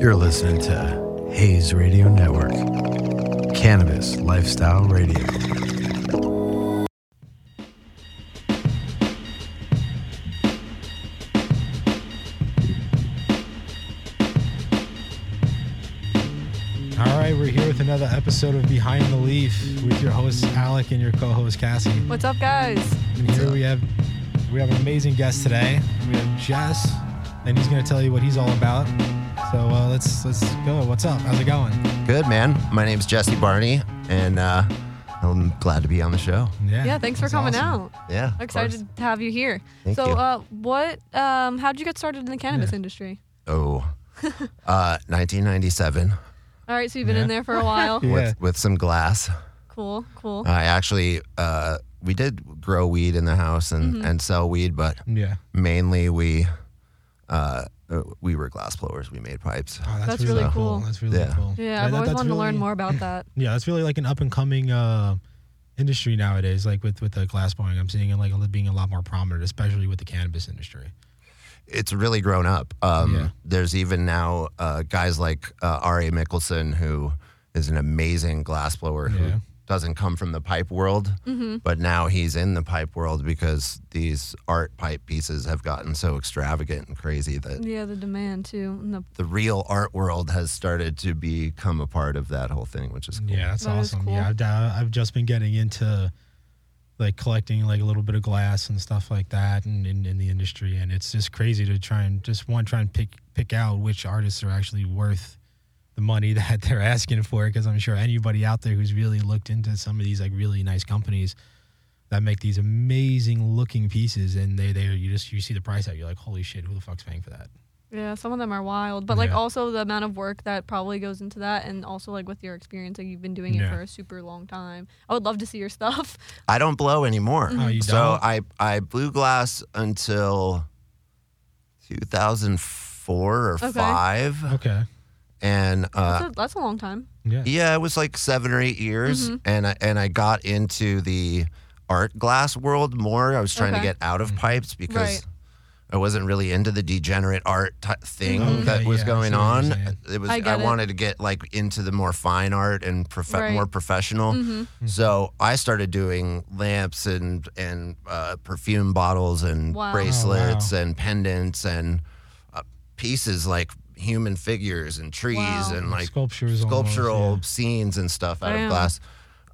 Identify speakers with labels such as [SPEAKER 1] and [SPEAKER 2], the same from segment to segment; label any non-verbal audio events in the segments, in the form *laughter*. [SPEAKER 1] You're listening to Hayes Radio Network, Cannabis Lifestyle Radio.
[SPEAKER 2] All right, we're here with another episode of Behind the Leaf with your host Alec and your co-host Cassie.
[SPEAKER 3] What's up, guys?
[SPEAKER 2] And here we have we have an amazing guest today. We have Jess, and he's going to tell you what he's all about. So uh, let's let's go. What's up? How's it going?
[SPEAKER 4] Good, man. My name's Jesse Barney, and uh, I'm glad to be on the show.
[SPEAKER 2] Yeah.
[SPEAKER 3] Yeah, thanks for
[SPEAKER 2] that's
[SPEAKER 3] coming
[SPEAKER 2] awesome.
[SPEAKER 3] out.
[SPEAKER 4] Yeah. of
[SPEAKER 3] Excited to have you here.
[SPEAKER 4] Thank
[SPEAKER 3] so,
[SPEAKER 4] you.
[SPEAKER 3] uh, what? Um, how'd you get started in the cannabis industry?
[SPEAKER 4] course. Oh. *laughs* Uh, 1997
[SPEAKER 3] All right, so you've been in there for a while.
[SPEAKER 2] *laughs* Yeah.
[SPEAKER 4] with, with some glass.
[SPEAKER 3] Cool, cool.
[SPEAKER 4] I actually, uh, we did grow weed in the house and, and sell weed, but
[SPEAKER 2] Yeah.
[SPEAKER 4] mainly we uh, uh, we were glass blowers. We made pipes.
[SPEAKER 2] Oh,
[SPEAKER 3] That's really cool.
[SPEAKER 2] That's really
[SPEAKER 4] Yeah.
[SPEAKER 2] cool.
[SPEAKER 3] yeah, I've
[SPEAKER 2] that-
[SPEAKER 3] always
[SPEAKER 2] that's
[SPEAKER 3] wanted to learn
[SPEAKER 2] really-
[SPEAKER 3] more about that.
[SPEAKER 2] Yeah, that's really like an up and coming uh, industry nowadays. Like with with the glass blowing, I'm seeing it like being a lot more prominent, especially with the cannabis industry.
[SPEAKER 4] It's really grown up. Um,
[SPEAKER 2] Yeah.
[SPEAKER 4] There's even now uh, guys like uh, R.A. Mickelson, who is an amazing glass blower who
[SPEAKER 2] Yeah.
[SPEAKER 4] doesn't come from the pipe world, but now he's in the pipe world because these art pipe pieces have gotten so extravagant and crazy that
[SPEAKER 3] Yeah, the demand too. And the,
[SPEAKER 4] the real art world has started to become a part of that whole thing, which is cool.
[SPEAKER 2] Yeah, that's
[SPEAKER 3] That is
[SPEAKER 2] awesome.
[SPEAKER 3] cool.
[SPEAKER 2] Yeah, I've, d- I've just been getting into like collecting like a little bit of glass and stuff like that, and in, in the industry, and it's just crazy to try and just one try and pick pick out which artists are actually worth the money *laughs* that they're asking for. Because I'm sure anybody out there who's really looked into some of these like really nice companies that make these amazing looking pieces, and they they you just you see the price out, you're like, holy shit, who the fuck's paying for that?
[SPEAKER 3] yeah, some of them are wild, but like
[SPEAKER 2] Yeah.
[SPEAKER 3] also the amount of work that probably goes into that, and also like with your experience, like you've been doing
[SPEAKER 2] Yeah.
[SPEAKER 3] it for a super long time. I would love to see your stuff.
[SPEAKER 4] I don't blow anymore.
[SPEAKER 2] Oh, you
[SPEAKER 4] So
[SPEAKER 2] don't?
[SPEAKER 4] I I blew glass until 2004 or
[SPEAKER 3] Okay.
[SPEAKER 4] five,
[SPEAKER 2] Okay,
[SPEAKER 4] and uh,
[SPEAKER 3] that's, a, that's a long time.
[SPEAKER 2] yeah,
[SPEAKER 4] yeah, it was like seven or eight
[SPEAKER 3] Mm-hmm.
[SPEAKER 4] years, and I, and I got into the art glass world more. I was trying
[SPEAKER 3] Okay.
[SPEAKER 4] to get out
[SPEAKER 2] Mm.
[SPEAKER 4] of pipes because.
[SPEAKER 3] Right.
[SPEAKER 4] I wasn't really into the degenerate art t- thing
[SPEAKER 2] Okay,
[SPEAKER 4] that was
[SPEAKER 2] yeah, I
[SPEAKER 4] going
[SPEAKER 2] see what
[SPEAKER 4] on.
[SPEAKER 2] you're saying.
[SPEAKER 4] It
[SPEAKER 3] Mm-hmm.
[SPEAKER 4] was
[SPEAKER 3] I
[SPEAKER 4] I,
[SPEAKER 3] get it.
[SPEAKER 4] wanted to get like into the more fine art and prof-
[SPEAKER 3] Right. Mm-hmm.
[SPEAKER 4] more professional.
[SPEAKER 2] Mm-hmm.
[SPEAKER 4] So I started doing lamps and and uh, perfume bottles and
[SPEAKER 3] Wow. Oh, wow.
[SPEAKER 4] bracelets and pendants and uh, pieces like human figures and trees
[SPEAKER 3] Wow.
[SPEAKER 4] and like
[SPEAKER 2] sculptures, almost,
[SPEAKER 4] sculptural
[SPEAKER 2] yeah.
[SPEAKER 4] scenes and stuff out
[SPEAKER 3] Damn.
[SPEAKER 4] of glass.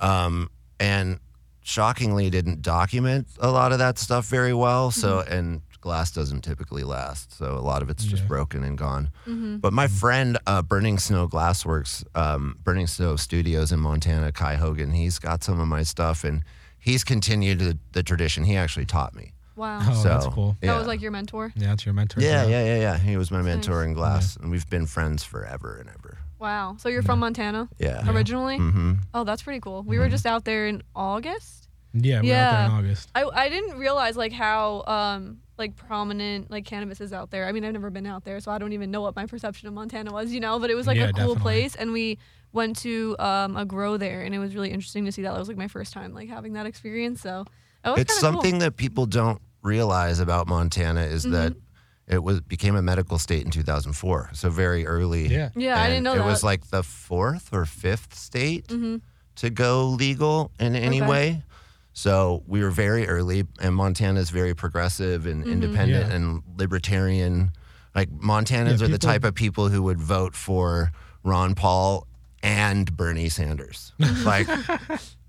[SPEAKER 4] Um, and shockingly didn't document a lot of that stuff very well. So,
[SPEAKER 3] Hmm.
[SPEAKER 4] and glass doesn't typically last. So a lot of it's just
[SPEAKER 2] Yeah.
[SPEAKER 4] broken and gone.
[SPEAKER 3] mm-hmm.
[SPEAKER 4] But my friend, uh, Burning Snow Glassworks, um, Burning Snow Studios in Montana, Kai Hogan, he's got some of my stuff and he's continued the, the tradition. He actually taught me.
[SPEAKER 2] *laughs*
[SPEAKER 3] Wow,
[SPEAKER 2] Oh,
[SPEAKER 4] so
[SPEAKER 2] that's cool.
[SPEAKER 3] that
[SPEAKER 4] yeah.
[SPEAKER 3] was like your mentor.
[SPEAKER 2] Yeah, that's your mentor.
[SPEAKER 4] yeah, yeah, yeah, yeah. He was my mentor in glass,
[SPEAKER 2] Yeah.
[SPEAKER 4] and we've been friends forever and ever.
[SPEAKER 3] Wow, so you're from Montana
[SPEAKER 4] Yeah.
[SPEAKER 3] originally?
[SPEAKER 4] Mm-hmm.
[SPEAKER 3] Oh, that's pretty cool.
[SPEAKER 2] Mm-hmm.
[SPEAKER 3] We were just out there in August.
[SPEAKER 2] Yeah, we we're out there
[SPEAKER 3] Yeah.
[SPEAKER 2] in August.
[SPEAKER 3] I I didn't realize like how um like prominent like cannabis is out there. I mean, I've never been out there, so I don't even know what my perception of Montana was, you know, but it was like
[SPEAKER 2] Yeah,
[SPEAKER 3] a cool
[SPEAKER 2] definitely.
[SPEAKER 3] place and we went to um a grow there and it was really interesting to see that. That was like my first time like having that experience, so that was
[SPEAKER 4] it's
[SPEAKER 3] kinda cool. Mm-hmm.
[SPEAKER 4] something that people don't realize about Montana is that it was became a medical state in 2004, so very early.
[SPEAKER 2] Yeah.
[SPEAKER 3] Yeah, I
[SPEAKER 4] And
[SPEAKER 3] didn't know
[SPEAKER 4] it
[SPEAKER 3] that. Mm-hmm.
[SPEAKER 4] was like the fourth or fifth state to go legal in any
[SPEAKER 3] Okay.
[SPEAKER 4] way. So we were very early, and Montana is very progressive and
[SPEAKER 3] Mm-hmm.
[SPEAKER 4] independent
[SPEAKER 2] Yeah.
[SPEAKER 4] and libertarian. Like Montanans are
[SPEAKER 2] Yeah,
[SPEAKER 4] the
[SPEAKER 2] people-
[SPEAKER 4] type of people who would vote for Ron Paul and Bernie Sanders. like,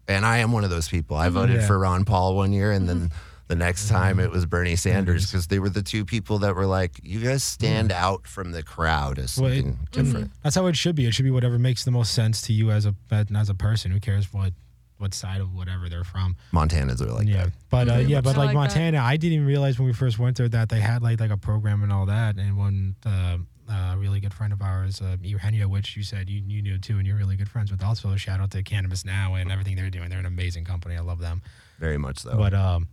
[SPEAKER 4] and I am one of those people. I voted
[SPEAKER 2] Mm-hmm. Yeah.
[SPEAKER 4] for Ron Paul one year, and then
[SPEAKER 3] Mm-hmm.
[SPEAKER 4] the next time it was Bernie Sanders because they were the two people that were like, "You guys stand out from the crowd as
[SPEAKER 2] Well, it- mm-hmm.
[SPEAKER 4] something different."
[SPEAKER 2] That's how it should be. It should be whatever makes the most sense to you as a as a person. Who cares what what side of whatever they're from?
[SPEAKER 4] Montanans are like,
[SPEAKER 2] yeah, but uh,
[SPEAKER 3] Mhm.
[SPEAKER 2] yeah, but like,
[SPEAKER 3] Something like that.
[SPEAKER 2] Montana, I didn't even realize when we first went there that they had like like a program and all that. And one uh, uh, really good friend of ours, uh, Eugenio, which you said you, you knew too, and you're really good friends with. Also, shout out to Cannabis Now and everything they're doing. They're an amazing company. I love them.
[SPEAKER 4] very much
[SPEAKER 3] Oh.
[SPEAKER 4] so.
[SPEAKER 2] But um,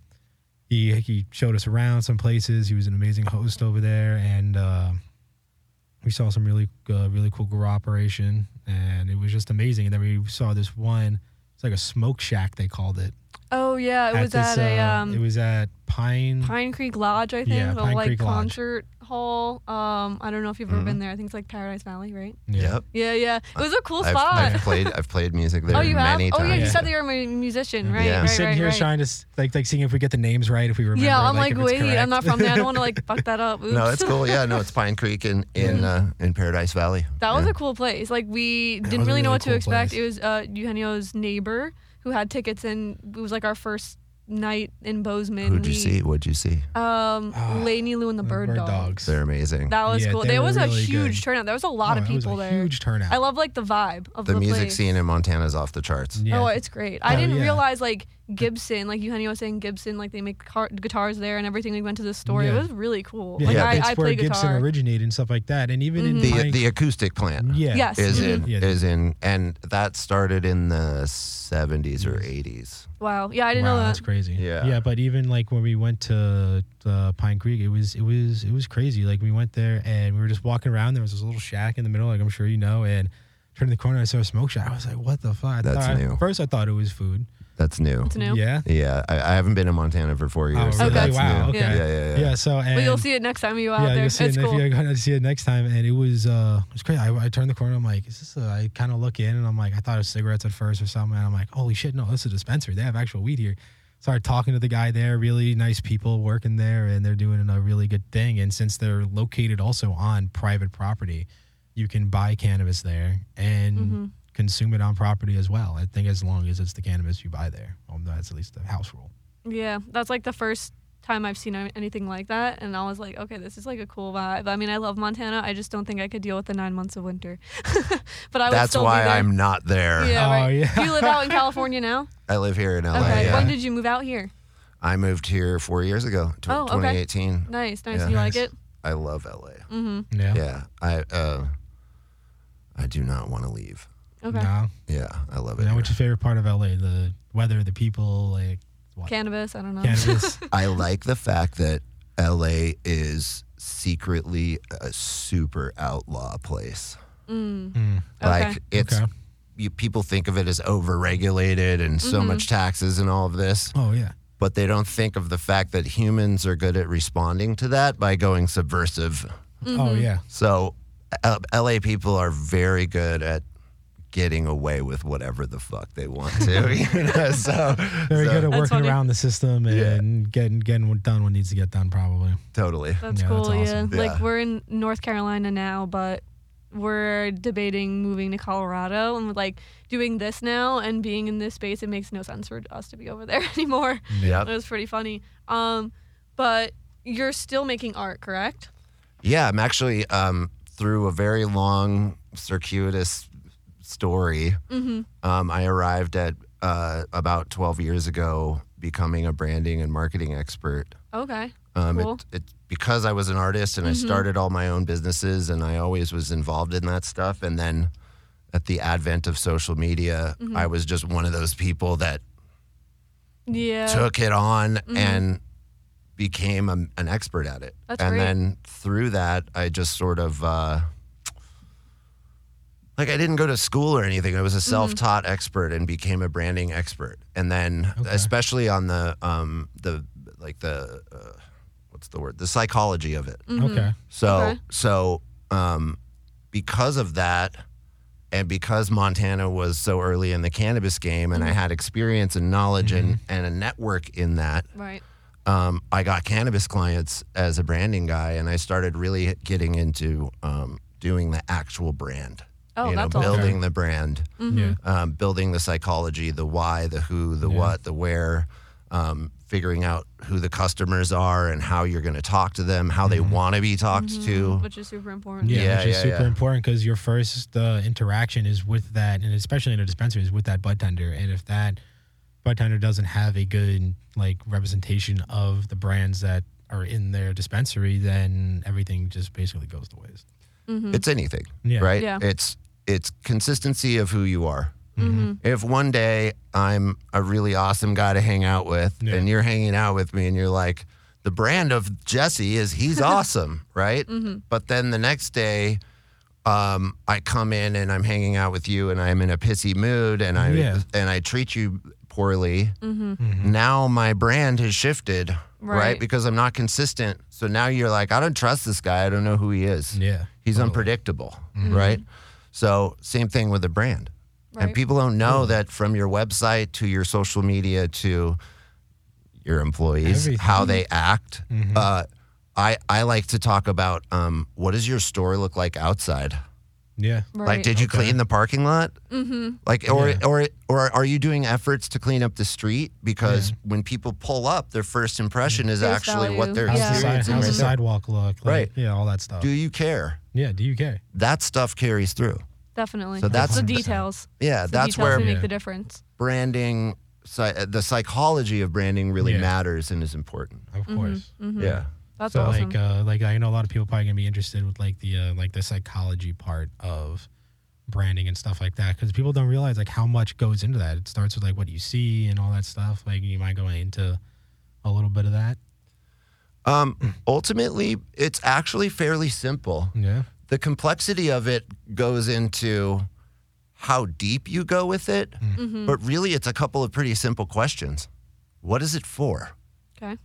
[SPEAKER 2] he he showed us around some places. He was an amazing host over there, and uh, we saw some really uh, really cool grow operation, and it was just amazing. And then we saw this one. It's like a smoke shack they called it.
[SPEAKER 3] Oh yeah, it was
[SPEAKER 2] this,
[SPEAKER 3] at a
[SPEAKER 2] uh,
[SPEAKER 3] um
[SPEAKER 2] it was at Pine.
[SPEAKER 3] Pine Creek Lodge, I think,
[SPEAKER 2] Yeah,
[SPEAKER 3] the
[SPEAKER 2] Pine
[SPEAKER 3] like
[SPEAKER 2] Creek Lodge.
[SPEAKER 3] concert Hole. Um, I don't know if you've ever
[SPEAKER 4] Mm-hmm.
[SPEAKER 3] been there. I think it's like Paradise Valley, right?
[SPEAKER 2] Yeah.
[SPEAKER 4] Yep.
[SPEAKER 3] Yeah, yeah. It was a cool
[SPEAKER 4] I've,
[SPEAKER 3] spot.
[SPEAKER 4] I've played I've played music there
[SPEAKER 3] oh, you have?
[SPEAKER 4] many
[SPEAKER 3] Oh,
[SPEAKER 4] times.
[SPEAKER 3] yeah. You said
[SPEAKER 2] Yeah.
[SPEAKER 3] that you're a mu- musician, right?
[SPEAKER 4] Yeah.
[SPEAKER 3] Right,
[SPEAKER 2] Sitting
[SPEAKER 3] right,
[SPEAKER 2] here
[SPEAKER 3] right.
[SPEAKER 2] trying to s- like like seeing if we get the names right, if we remember.
[SPEAKER 3] yeah, I'm like,
[SPEAKER 2] if it's
[SPEAKER 3] wait, I'm not
[SPEAKER 2] correct.
[SPEAKER 3] from
[SPEAKER 2] *laughs*
[SPEAKER 3] there. I don't want to like fuck that up. Oops.
[SPEAKER 4] *laughs* No, it's cool. Yeah, no, it's Pine
[SPEAKER 3] *laughs*
[SPEAKER 4] Creek in in uh, in Paradise Valley.
[SPEAKER 3] That was
[SPEAKER 4] Yeah.
[SPEAKER 3] a cool place. Like we
[SPEAKER 2] was
[SPEAKER 3] didn't
[SPEAKER 2] a
[SPEAKER 3] really know
[SPEAKER 2] really
[SPEAKER 3] what to
[SPEAKER 2] cool
[SPEAKER 3] expect.
[SPEAKER 2] place.
[SPEAKER 3] It was uh, Eugenio's neighbor who had tickets, and it was like our first night in Bozeman.
[SPEAKER 4] Who'd you
[SPEAKER 3] We-
[SPEAKER 4] see? What'd you see?
[SPEAKER 3] Um,
[SPEAKER 2] Ah,
[SPEAKER 3] Lainey Lou and the
[SPEAKER 2] The
[SPEAKER 3] Bird, Dog.
[SPEAKER 2] dogs.
[SPEAKER 4] They're amazing.
[SPEAKER 3] That was
[SPEAKER 2] Yeah,
[SPEAKER 3] cool.
[SPEAKER 2] they
[SPEAKER 3] There
[SPEAKER 2] were
[SPEAKER 3] was a
[SPEAKER 2] really
[SPEAKER 3] huge
[SPEAKER 2] good.
[SPEAKER 3] turnout. There was a lot
[SPEAKER 2] Oh,
[SPEAKER 3] of
[SPEAKER 2] it was
[SPEAKER 3] people
[SPEAKER 2] a
[SPEAKER 3] there.
[SPEAKER 2] Huge turnout.
[SPEAKER 3] I love like the vibe of the,
[SPEAKER 4] the music
[SPEAKER 3] place.
[SPEAKER 4] scene in Montana is off the charts.
[SPEAKER 2] Yeah.
[SPEAKER 3] Oh, it's great. I
[SPEAKER 2] Oh,
[SPEAKER 3] didn't
[SPEAKER 2] yeah.
[SPEAKER 3] realize like Gibson, like Eugenio was saying, Gibson, like they make car- guitars there and everything. We went to the store. It
[SPEAKER 2] Yeah.
[SPEAKER 3] was really cool.
[SPEAKER 2] yeah,
[SPEAKER 3] Like I,
[SPEAKER 2] it's
[SPEAKER 3] I
[SPEAKER 2] where
[SPEAKER 3] play
[SPEAKER 2] Gibson
[SPEAKER 3] guitar. Mm-hmm.
[SPEAKER 2] originated and stuff like that. And even in
[SPEAKER 4] The
[SPEAKER 2] Pine-
[SPEAKER 4] the acoustic plant
[SPEAKER 2] yeah,
[SPEAKER 3] Yes.
[SPEAKER 4] is in
[SPEAKER 2] Mhm. Yeah.
[SPEAKER 4] is in and that started in the 70s or 80s.
[SPEAKER 3] wow. Yeah, I didn't
[SPEAKER 2] wow,
[SPEAKER 3] know that.
[SPEAKER 2] that's crazy.
[SPEAKER 4] Yeah.
[SPEAKER 2] yeah. But even like when we went to uh, Pine Creek, it was it was it was crazy. Like we went there and we were just walking around. There was this little shack in the middle, like I'm sure you know. And turned the corner, I saw a smoke shop. I was like, what the fuck? I
[SPEAKER 4] That's
[SPEAKER 2] thought-
[SPEAKER 4] new.
[SPEAKER 2] First, I thought it was food.
[SPEAKER 4] That's new.
[SPEAKER 3] It's new.
[SPEAKER 2] Yeah.
[SPEAKER 4] Yeah, I, I haven't been in Montana for 4 years.
[SPEAKER 2] Oh,
[SPEAKER 4] so
[SPEAKER 2] really?
[SPEAKER 4] that's
[SPEAKER 2] Wow,
[SPEAKER 4] new.
[SPEAKER 2] okay.
[SPEAKER 4] Yeah, yeah, yeah.
[SPEAKER 2] Yeah. So and
[SPEAKER 3] But you'll see it next time you out
[SPEAKER 2] yeah,
[SPEAKER 3] there.
[SPEAKER 2] you'll
[SPEAKER 3] It's
[SPEAKER 2] see it.
[SPEAKER 3] cool.
[SPEAKER 2] If you're gonna see it next time, and it was uh, it was crazy. I, I turned the corner. I'm like, is this? A, I kind of look in, and I'm like, I thought it was cigarettes at first or something. And I'm like, holy shit, no, this is a dispensary. They have actual weed here. Started talking to the guy there. Really nice people working there, and they're doing a really good thing. And since they're located also on private property, you can buy cannabis there and
[SPEAKER 3] Mm-hmm.
[SPEAKER 2] consume it on property as well. I think as long as it's the cannabis you buy there, well, that's at least the house rule.
[SPEAKER 3] Yeah, that's like the first time I've seen anything like that, and I was like, okay, this is like a cool vibe. I mean, I love Montana. I just don't think I could deal with the nine months of winter. *laughs* but I would
[SPEAKER 4] That's
[SPEAKER 3] still
[SPEAKER 4] why
[SPEAKER 3] be there.
[SPEAKER 4] I'm not there.
[SPEAKER 3] Yeah,
[SPEAKER 2] Oh,
[SPEAKER 3] right.
[SPEAKER 2] yeah.
[SPEAKER 3] Do you
[SPEAKER 2] *laughs*
[SPEAKER 3] live out in California now?
[SPEAKER 4] I live here in LA.
[SPEAKER 3] Okay.
[SPEAKER 4] Oh, yeah.
[SPEAKER 3] When did you move out here?
[SPEAKER 4] I moved here 4 years ago, tw-
[SPEAKER 3] Oh, okay.
[SPEAKER 4] 2018.
[SPEAKER 3] Nice, nice.
[SPEAKER 4] Yeah.
[SPEAKER 3] you like
[SPEAKER 2] Nice.
[SPEAKER 3] it?
[SPEAKER 4] I love LA.
[SPEAKER 3] Mm-hmm.
[SPEAKER 2] Yeah.
[SPEAKER 4] Yeah, I uh, I do not want to leave.
[SPEAKER 3] Okay.
[SPEAKER 2] No.
[SPEAKER 4] Yeah, I love it.
[SPEAKER 2] Now,
[SPEAKER 4] here.
[SPEAKER 2] what's your favorite part of LA? The weather, the people, like what?
[SPEAKER 3] Cannabis. I don't know.
[SPEAKER 2] cannabis.
[SPEAKER 4] I like the fact that LA is secretly a super outlaw place.
[SPEAKER 3] Mm.
[SPEAKER 4] Like it's
[SPEAKER 2] Mm. Okay.
[SPEAKER 4] you, people think of it as overregulated and so
[SPEAKER 3] Mm-hmm.
[SPEAKER 4] much taxes and all of this,
[SPEAKER 2] *laughs* Oh yeah,
[SPEAKER 4] but they don't think of the fact that humans are good at responding to that by going subversive.
[SPEAKER 2] oh
[SPEAKER 3] Mm-hmm.
[SPEAKER 2] yeah,
[SPEAKER 4] So uh, LA people are very good at getting away with whatever the fuck they want to. *laughs* you know? So
[SPEAKER 2] very
[SPEAKER 4] so,
[SPEAKER 2] good at
[SPEAKER 3] That's
[SPEAKER 2] working
[SPEAKER 3] funny.
[SPEAKER 2] around the system and getting getting what done what needs to get done. Probably
[SPEAKER 4] totally.
[SPEAKER 3] That's
[SPEAKER 2] Yeah,
[SPEAKER 3] cool.
[SPEAKER 2] that's awesome.
[SPEAKER 3] Yeah. Like
[SPEAKER 4] Yeah.
[SPEAKER 3] we're in North Carolina now, but we're debating moving to Colorado and like doing this now and being in this space. It makes no sense for us to be over there *laughs* anymore.
[SPEAKER 4] Yep.
[SPEAKER 3] It was pretty funny. Um, but you're still making art, correct?
[SPEAKER 4] Yeah, I'm actually um, through a very long, circuitous story. Um, I arrived at uh, about 12 years ago becoming a branding and marketing expert.
[SPEAKER 3] Okay.
[SPEAKER 4] Um,
[SPEAKER 3] Cool.
[SPEAKER 4] it, it, because I was an artist and I started all my own businesses and I always was involved in that stuff. And then at the advent of social media, I was just one of those people that
[SPEAKER 3] Yeah. Mm-hmm.
[SPEAKER 4] took it on and became a, an expert at it.
[SPEAKER 3] That's
[SPEAKER 4] and
[SPEAKER 3] great.
[SPEAKER 4] then through that, I just sort of uh, like I didn't go to school or anything. I was a
[SPEAKER 3] Mm-hmm.
[SPEAKER 4] self-taught expert and became a branding expert. And then, especially on the um, the like the uh, what's the word the psychology of it.
[SPEAKER 3] Mm-hmm.
[SPEAKER 2] okay,
[SPEAKER 4] So
[SPEAKER 3] Okay.
[SPEAKER 4] so um, because of that, and because Montana was so early in the cannabis game, and I had experience and knowledge and, and a network in that,
[SPEAKER 3] right.
[SPEAKER 4] um, I got cannabis clients as a branding guy, and I started really getting into um, doing the actual brand.
[SPEAKER 3] Oh,
[SPEAKER 4] you know,
[SPEAKER 3] that's awesome. Mm-hmm.
[SPEAKER 4] building the brand
[SPEAKER 2] yeah,
[SPEAKER 4] um, building the psychology, the why, the who, the what, the where, um, figuring out who the customers are and how you're going to talk to them, how they want to be talked
[SPEAKER 3] Mm-hmm.
[SPEAKER 4] to.
[SPEAKER 3] Which is super important.
[SPEAKER 2] yeah,
[SPEAKER 4] Yeah,
[SPEAKER 2] which is
[SPEAKER 4] yeah,
[SPEAKER 2] super
[SPEAKER 4] yeah.
[SPEAKER 2] important because your first uh, interaction is with that, and especially in a dispensary is with that bud tender. And if that bud tender doesn't have a good like representation of the brands that are in their dispensary, then everything just basically goes to waste.
[SPEAKER 4] It's anything,
[SPEAKER 2] Yeah.
[SPEAKER 4] right?
[SPEAKER 3] Yeah.
[SPEAKER 4] It's it's consistency of who you are.
[SPEAKER 2] Mm-hmm.
[SPEAKER 4] If one day I'm a really awesome guy to hang out with,
[SPEAKER 2] Yeah.
[SPEAKER 4] and you're hanging out with me, and you're like, the brand of Jesse is he's awesome, right? But then the next day, um, I come in and I'm hanging out with you, and I'm in a pissy mood, and I
[SPEAKER 2] Yeah. Mm-hmm.
[SPEAKER 4] and I treat you poorly. Now my brand has shifted. right. Because I'm not consistent. So now you're like, I don't trust this guy. I don't know who he is.
[SPEAKER 2] Yeah.
[SPEAKER 4] He's unpredictable, right? So same thing with a brand.
[SPEAKER 3] Right.
[SPEAKER 4] And people don't know that from your website to your social media to your employees,
[SPEAKER 2] Everything.
[SPEAKER 4] how they act. Uh, I, I like to talk about um, what does your store look like outside?
[SPEAKER 2] Yeah.
[SPEAKER 3] right.
[SPEAKER 4] Like, did you clean the parking lot? Mm-hmm. Like, or or or are you doing efforts to clean up the street? Because when people pull up, their first impression is
[SPEAKER 3] There's
[SPEAKER 4] actually what
[SPEAKER 3] value.
[SPEAKER 4] they're
[SPEAKER 2] How's,
[SPEAKER 3] Yeah.
[SPEAKER 2] the, side,
[SPEAKER 4] experiencing.
[SPEAKER 2] how's the
[SPEAKER 4] right now.
[SPEAKER 2] sidewalk look? Like,
[SPEAKER 4] Right.
[SPEAKER 2] Yeah, all that stuff.
[SPEAKER 4] Do you care?
[SPEAKER 2] yeah, do you care?
[SPEAKER 4] That stuff carries through.
[SPEAKER 3] Definitely.
[SPEAKER 4] So
[SPEAKER 3] It's the
[SPEAKER 4] that's-
[SPEAKER 3] details.
[SPEAKER 4] Yeah,
[SPEAKER 3] It's the
[SPEAKER 4] that's
[SPEAKER 3] details
[SPEAKER 4] where
[SPEAKER 3] that make
[SPEAKER 2] Yeah.
[SPEAKER 3] the difference.
[SPEAKER 4] branding, psy- uh, the psychology of branding really
[SPEAKER 2] Yeah.
[SPEAKER 4] matters and is important.
[SPEAKER 2] Of
[SPEAKER 3] Mm-hmm.
[SPEAKER 2] course.
[SPEAKER 4] Yeah.
[SPEAKER 3] That's
[SPEAKER 2] so
[SPEAKER 3] awesome.
[SPEAKER 2] like uh like I know a lot of people probably gonna be interested with like the uh, like the psychology part of branding and stuff like that because people don't realize like how much goes into that. It starts with like what you see and all that stuff. Like you might go into a little bit of that.
[SPEAKER 4] Um, ultimately, it's actually fairly simple.
[SPEAKER 2] Yeah.
[SPEAKER 4] The complexity of it goes into how deep you go with it,
[SPEAKER 2] Mm-hmm.
[SPEAKER 4] but really, it's a couple of pretty simple questions. What is it for?
[SPEAKER 3] okay.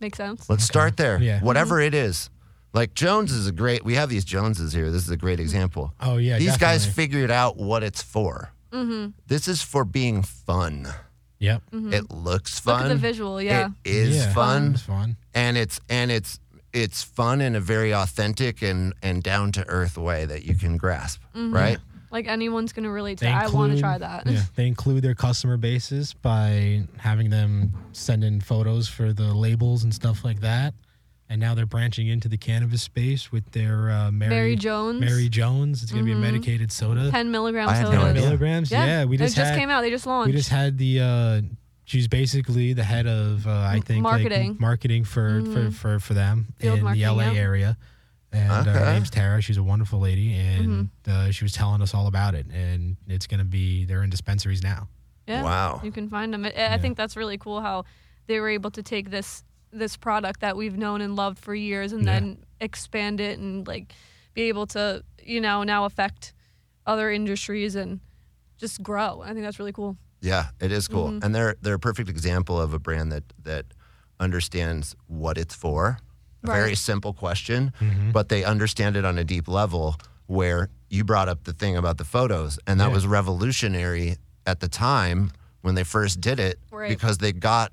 [SPEAKER 3] Makes sense.
[SPEAKER 4] Let's start there.
[SPEAKER 2] Yeah.
[SPEAKER 4] Whatever it is. Like Jones is a great, we have these Joneses here. This is a great example.
[SPEAKER 2] Oh yeah.
[SPEAKER 4] These guys
[SPEAKER 2] definitely.
[SPEAKER 4] figured out what it's for. This is for being fun.
[SPEAKER 2] yep.
[SPEAKER 4] It looks
[SPEAKER 3] Hmm. Look
[SPEAKER 4] fun.
[SPEAKER 3] at the visual. Yeah.
[SPEAKER 4] It is
[SPEAKER 2] Yeah.
[SPEAKER 4] fun,
[SPEAKER 2] It's fun.
[SPEAKER 4] and it's and it's it's fun in a very authentic and and down to earth way that you can grasp,
[SPEAKER 3] Mm-hmm.
[SPEAKER 4] right?
[SPEAKER 3] like anyone's gonna relate to.
[SPEAKER 2] They
[SPEAKER 3] that. I want to
[SPEAKER 2] include-
[SPEAKER 3] try that.
[SPEAKER 2] yeah, they include their customer bases by having them send in photos for the labels and stuff like that. And now they're branching into the cannabis space with their uh, Mary,
[SPEAKER 3] Mary Jones.
[SPEAKER 2] Mary Jones. It's going to be a medicated soda.
[SPEAKER 3] 10 milligram
[SPEAKER 4] I had no
[SPEAKER 3] sodas.
[SPEAKER 4] idea.
[SPEAKER 2] milligrams. Yeah, we just,
[SPEAKER 3] it just
[SPEAKER 2] had,
[SPEAKER 3] came out. They just launched.
[SPEAKER 2] We just had the. Uh, she's basically the head of uh, I think like,
[SPEAKER 3] marketing. Mm-hmm.
[SPEAKER 2] marketing for, for for for them
[SPEAKER 3] Field
[SPEAKER 2] in
[SPEAKER 3] marketing,
[SPEAKER 2] the LA
[SPEAKER 3] yeah.
[SPEAKER 2] area. And uh, her
[SPEAKER 4] Okay.
[SPEAKER 2] name's Tara. She's a wonderful lady, and
[SPEAKER 3] Mm-hmm.
[SPEAKER 2] uh, she was telling us all about it. And it's going to be they're in dispensaries now.
[SPEAKER 3] yeah.
[SPEAKER 4] Wow.
[SPEAKER 3] You can find them. I, I think that's really cool how they were able to take this this product that we've known and loved for years and
[SPEAKER 2] Yeah.
[SPEAKER 3] then expand it and like be able to you know now affect other industries and just grow. I think that's really cool.
[SPEAKER 4] Yeah, it is cool,
[SPEAKER 3] Mm-hmm.
[SPEAKER 4] and they're they're a perfect example of a brand that that understands what it's for. A Very
[SPEAKER 3] Right.
[SPEAKER 4] simple question, but they understand it on a deep level. Where you brought up the thing about the photos, and that was revolutionary at the time when they first did it,
[SPEAKER 3] Right.
[SPEAKER 4] because they got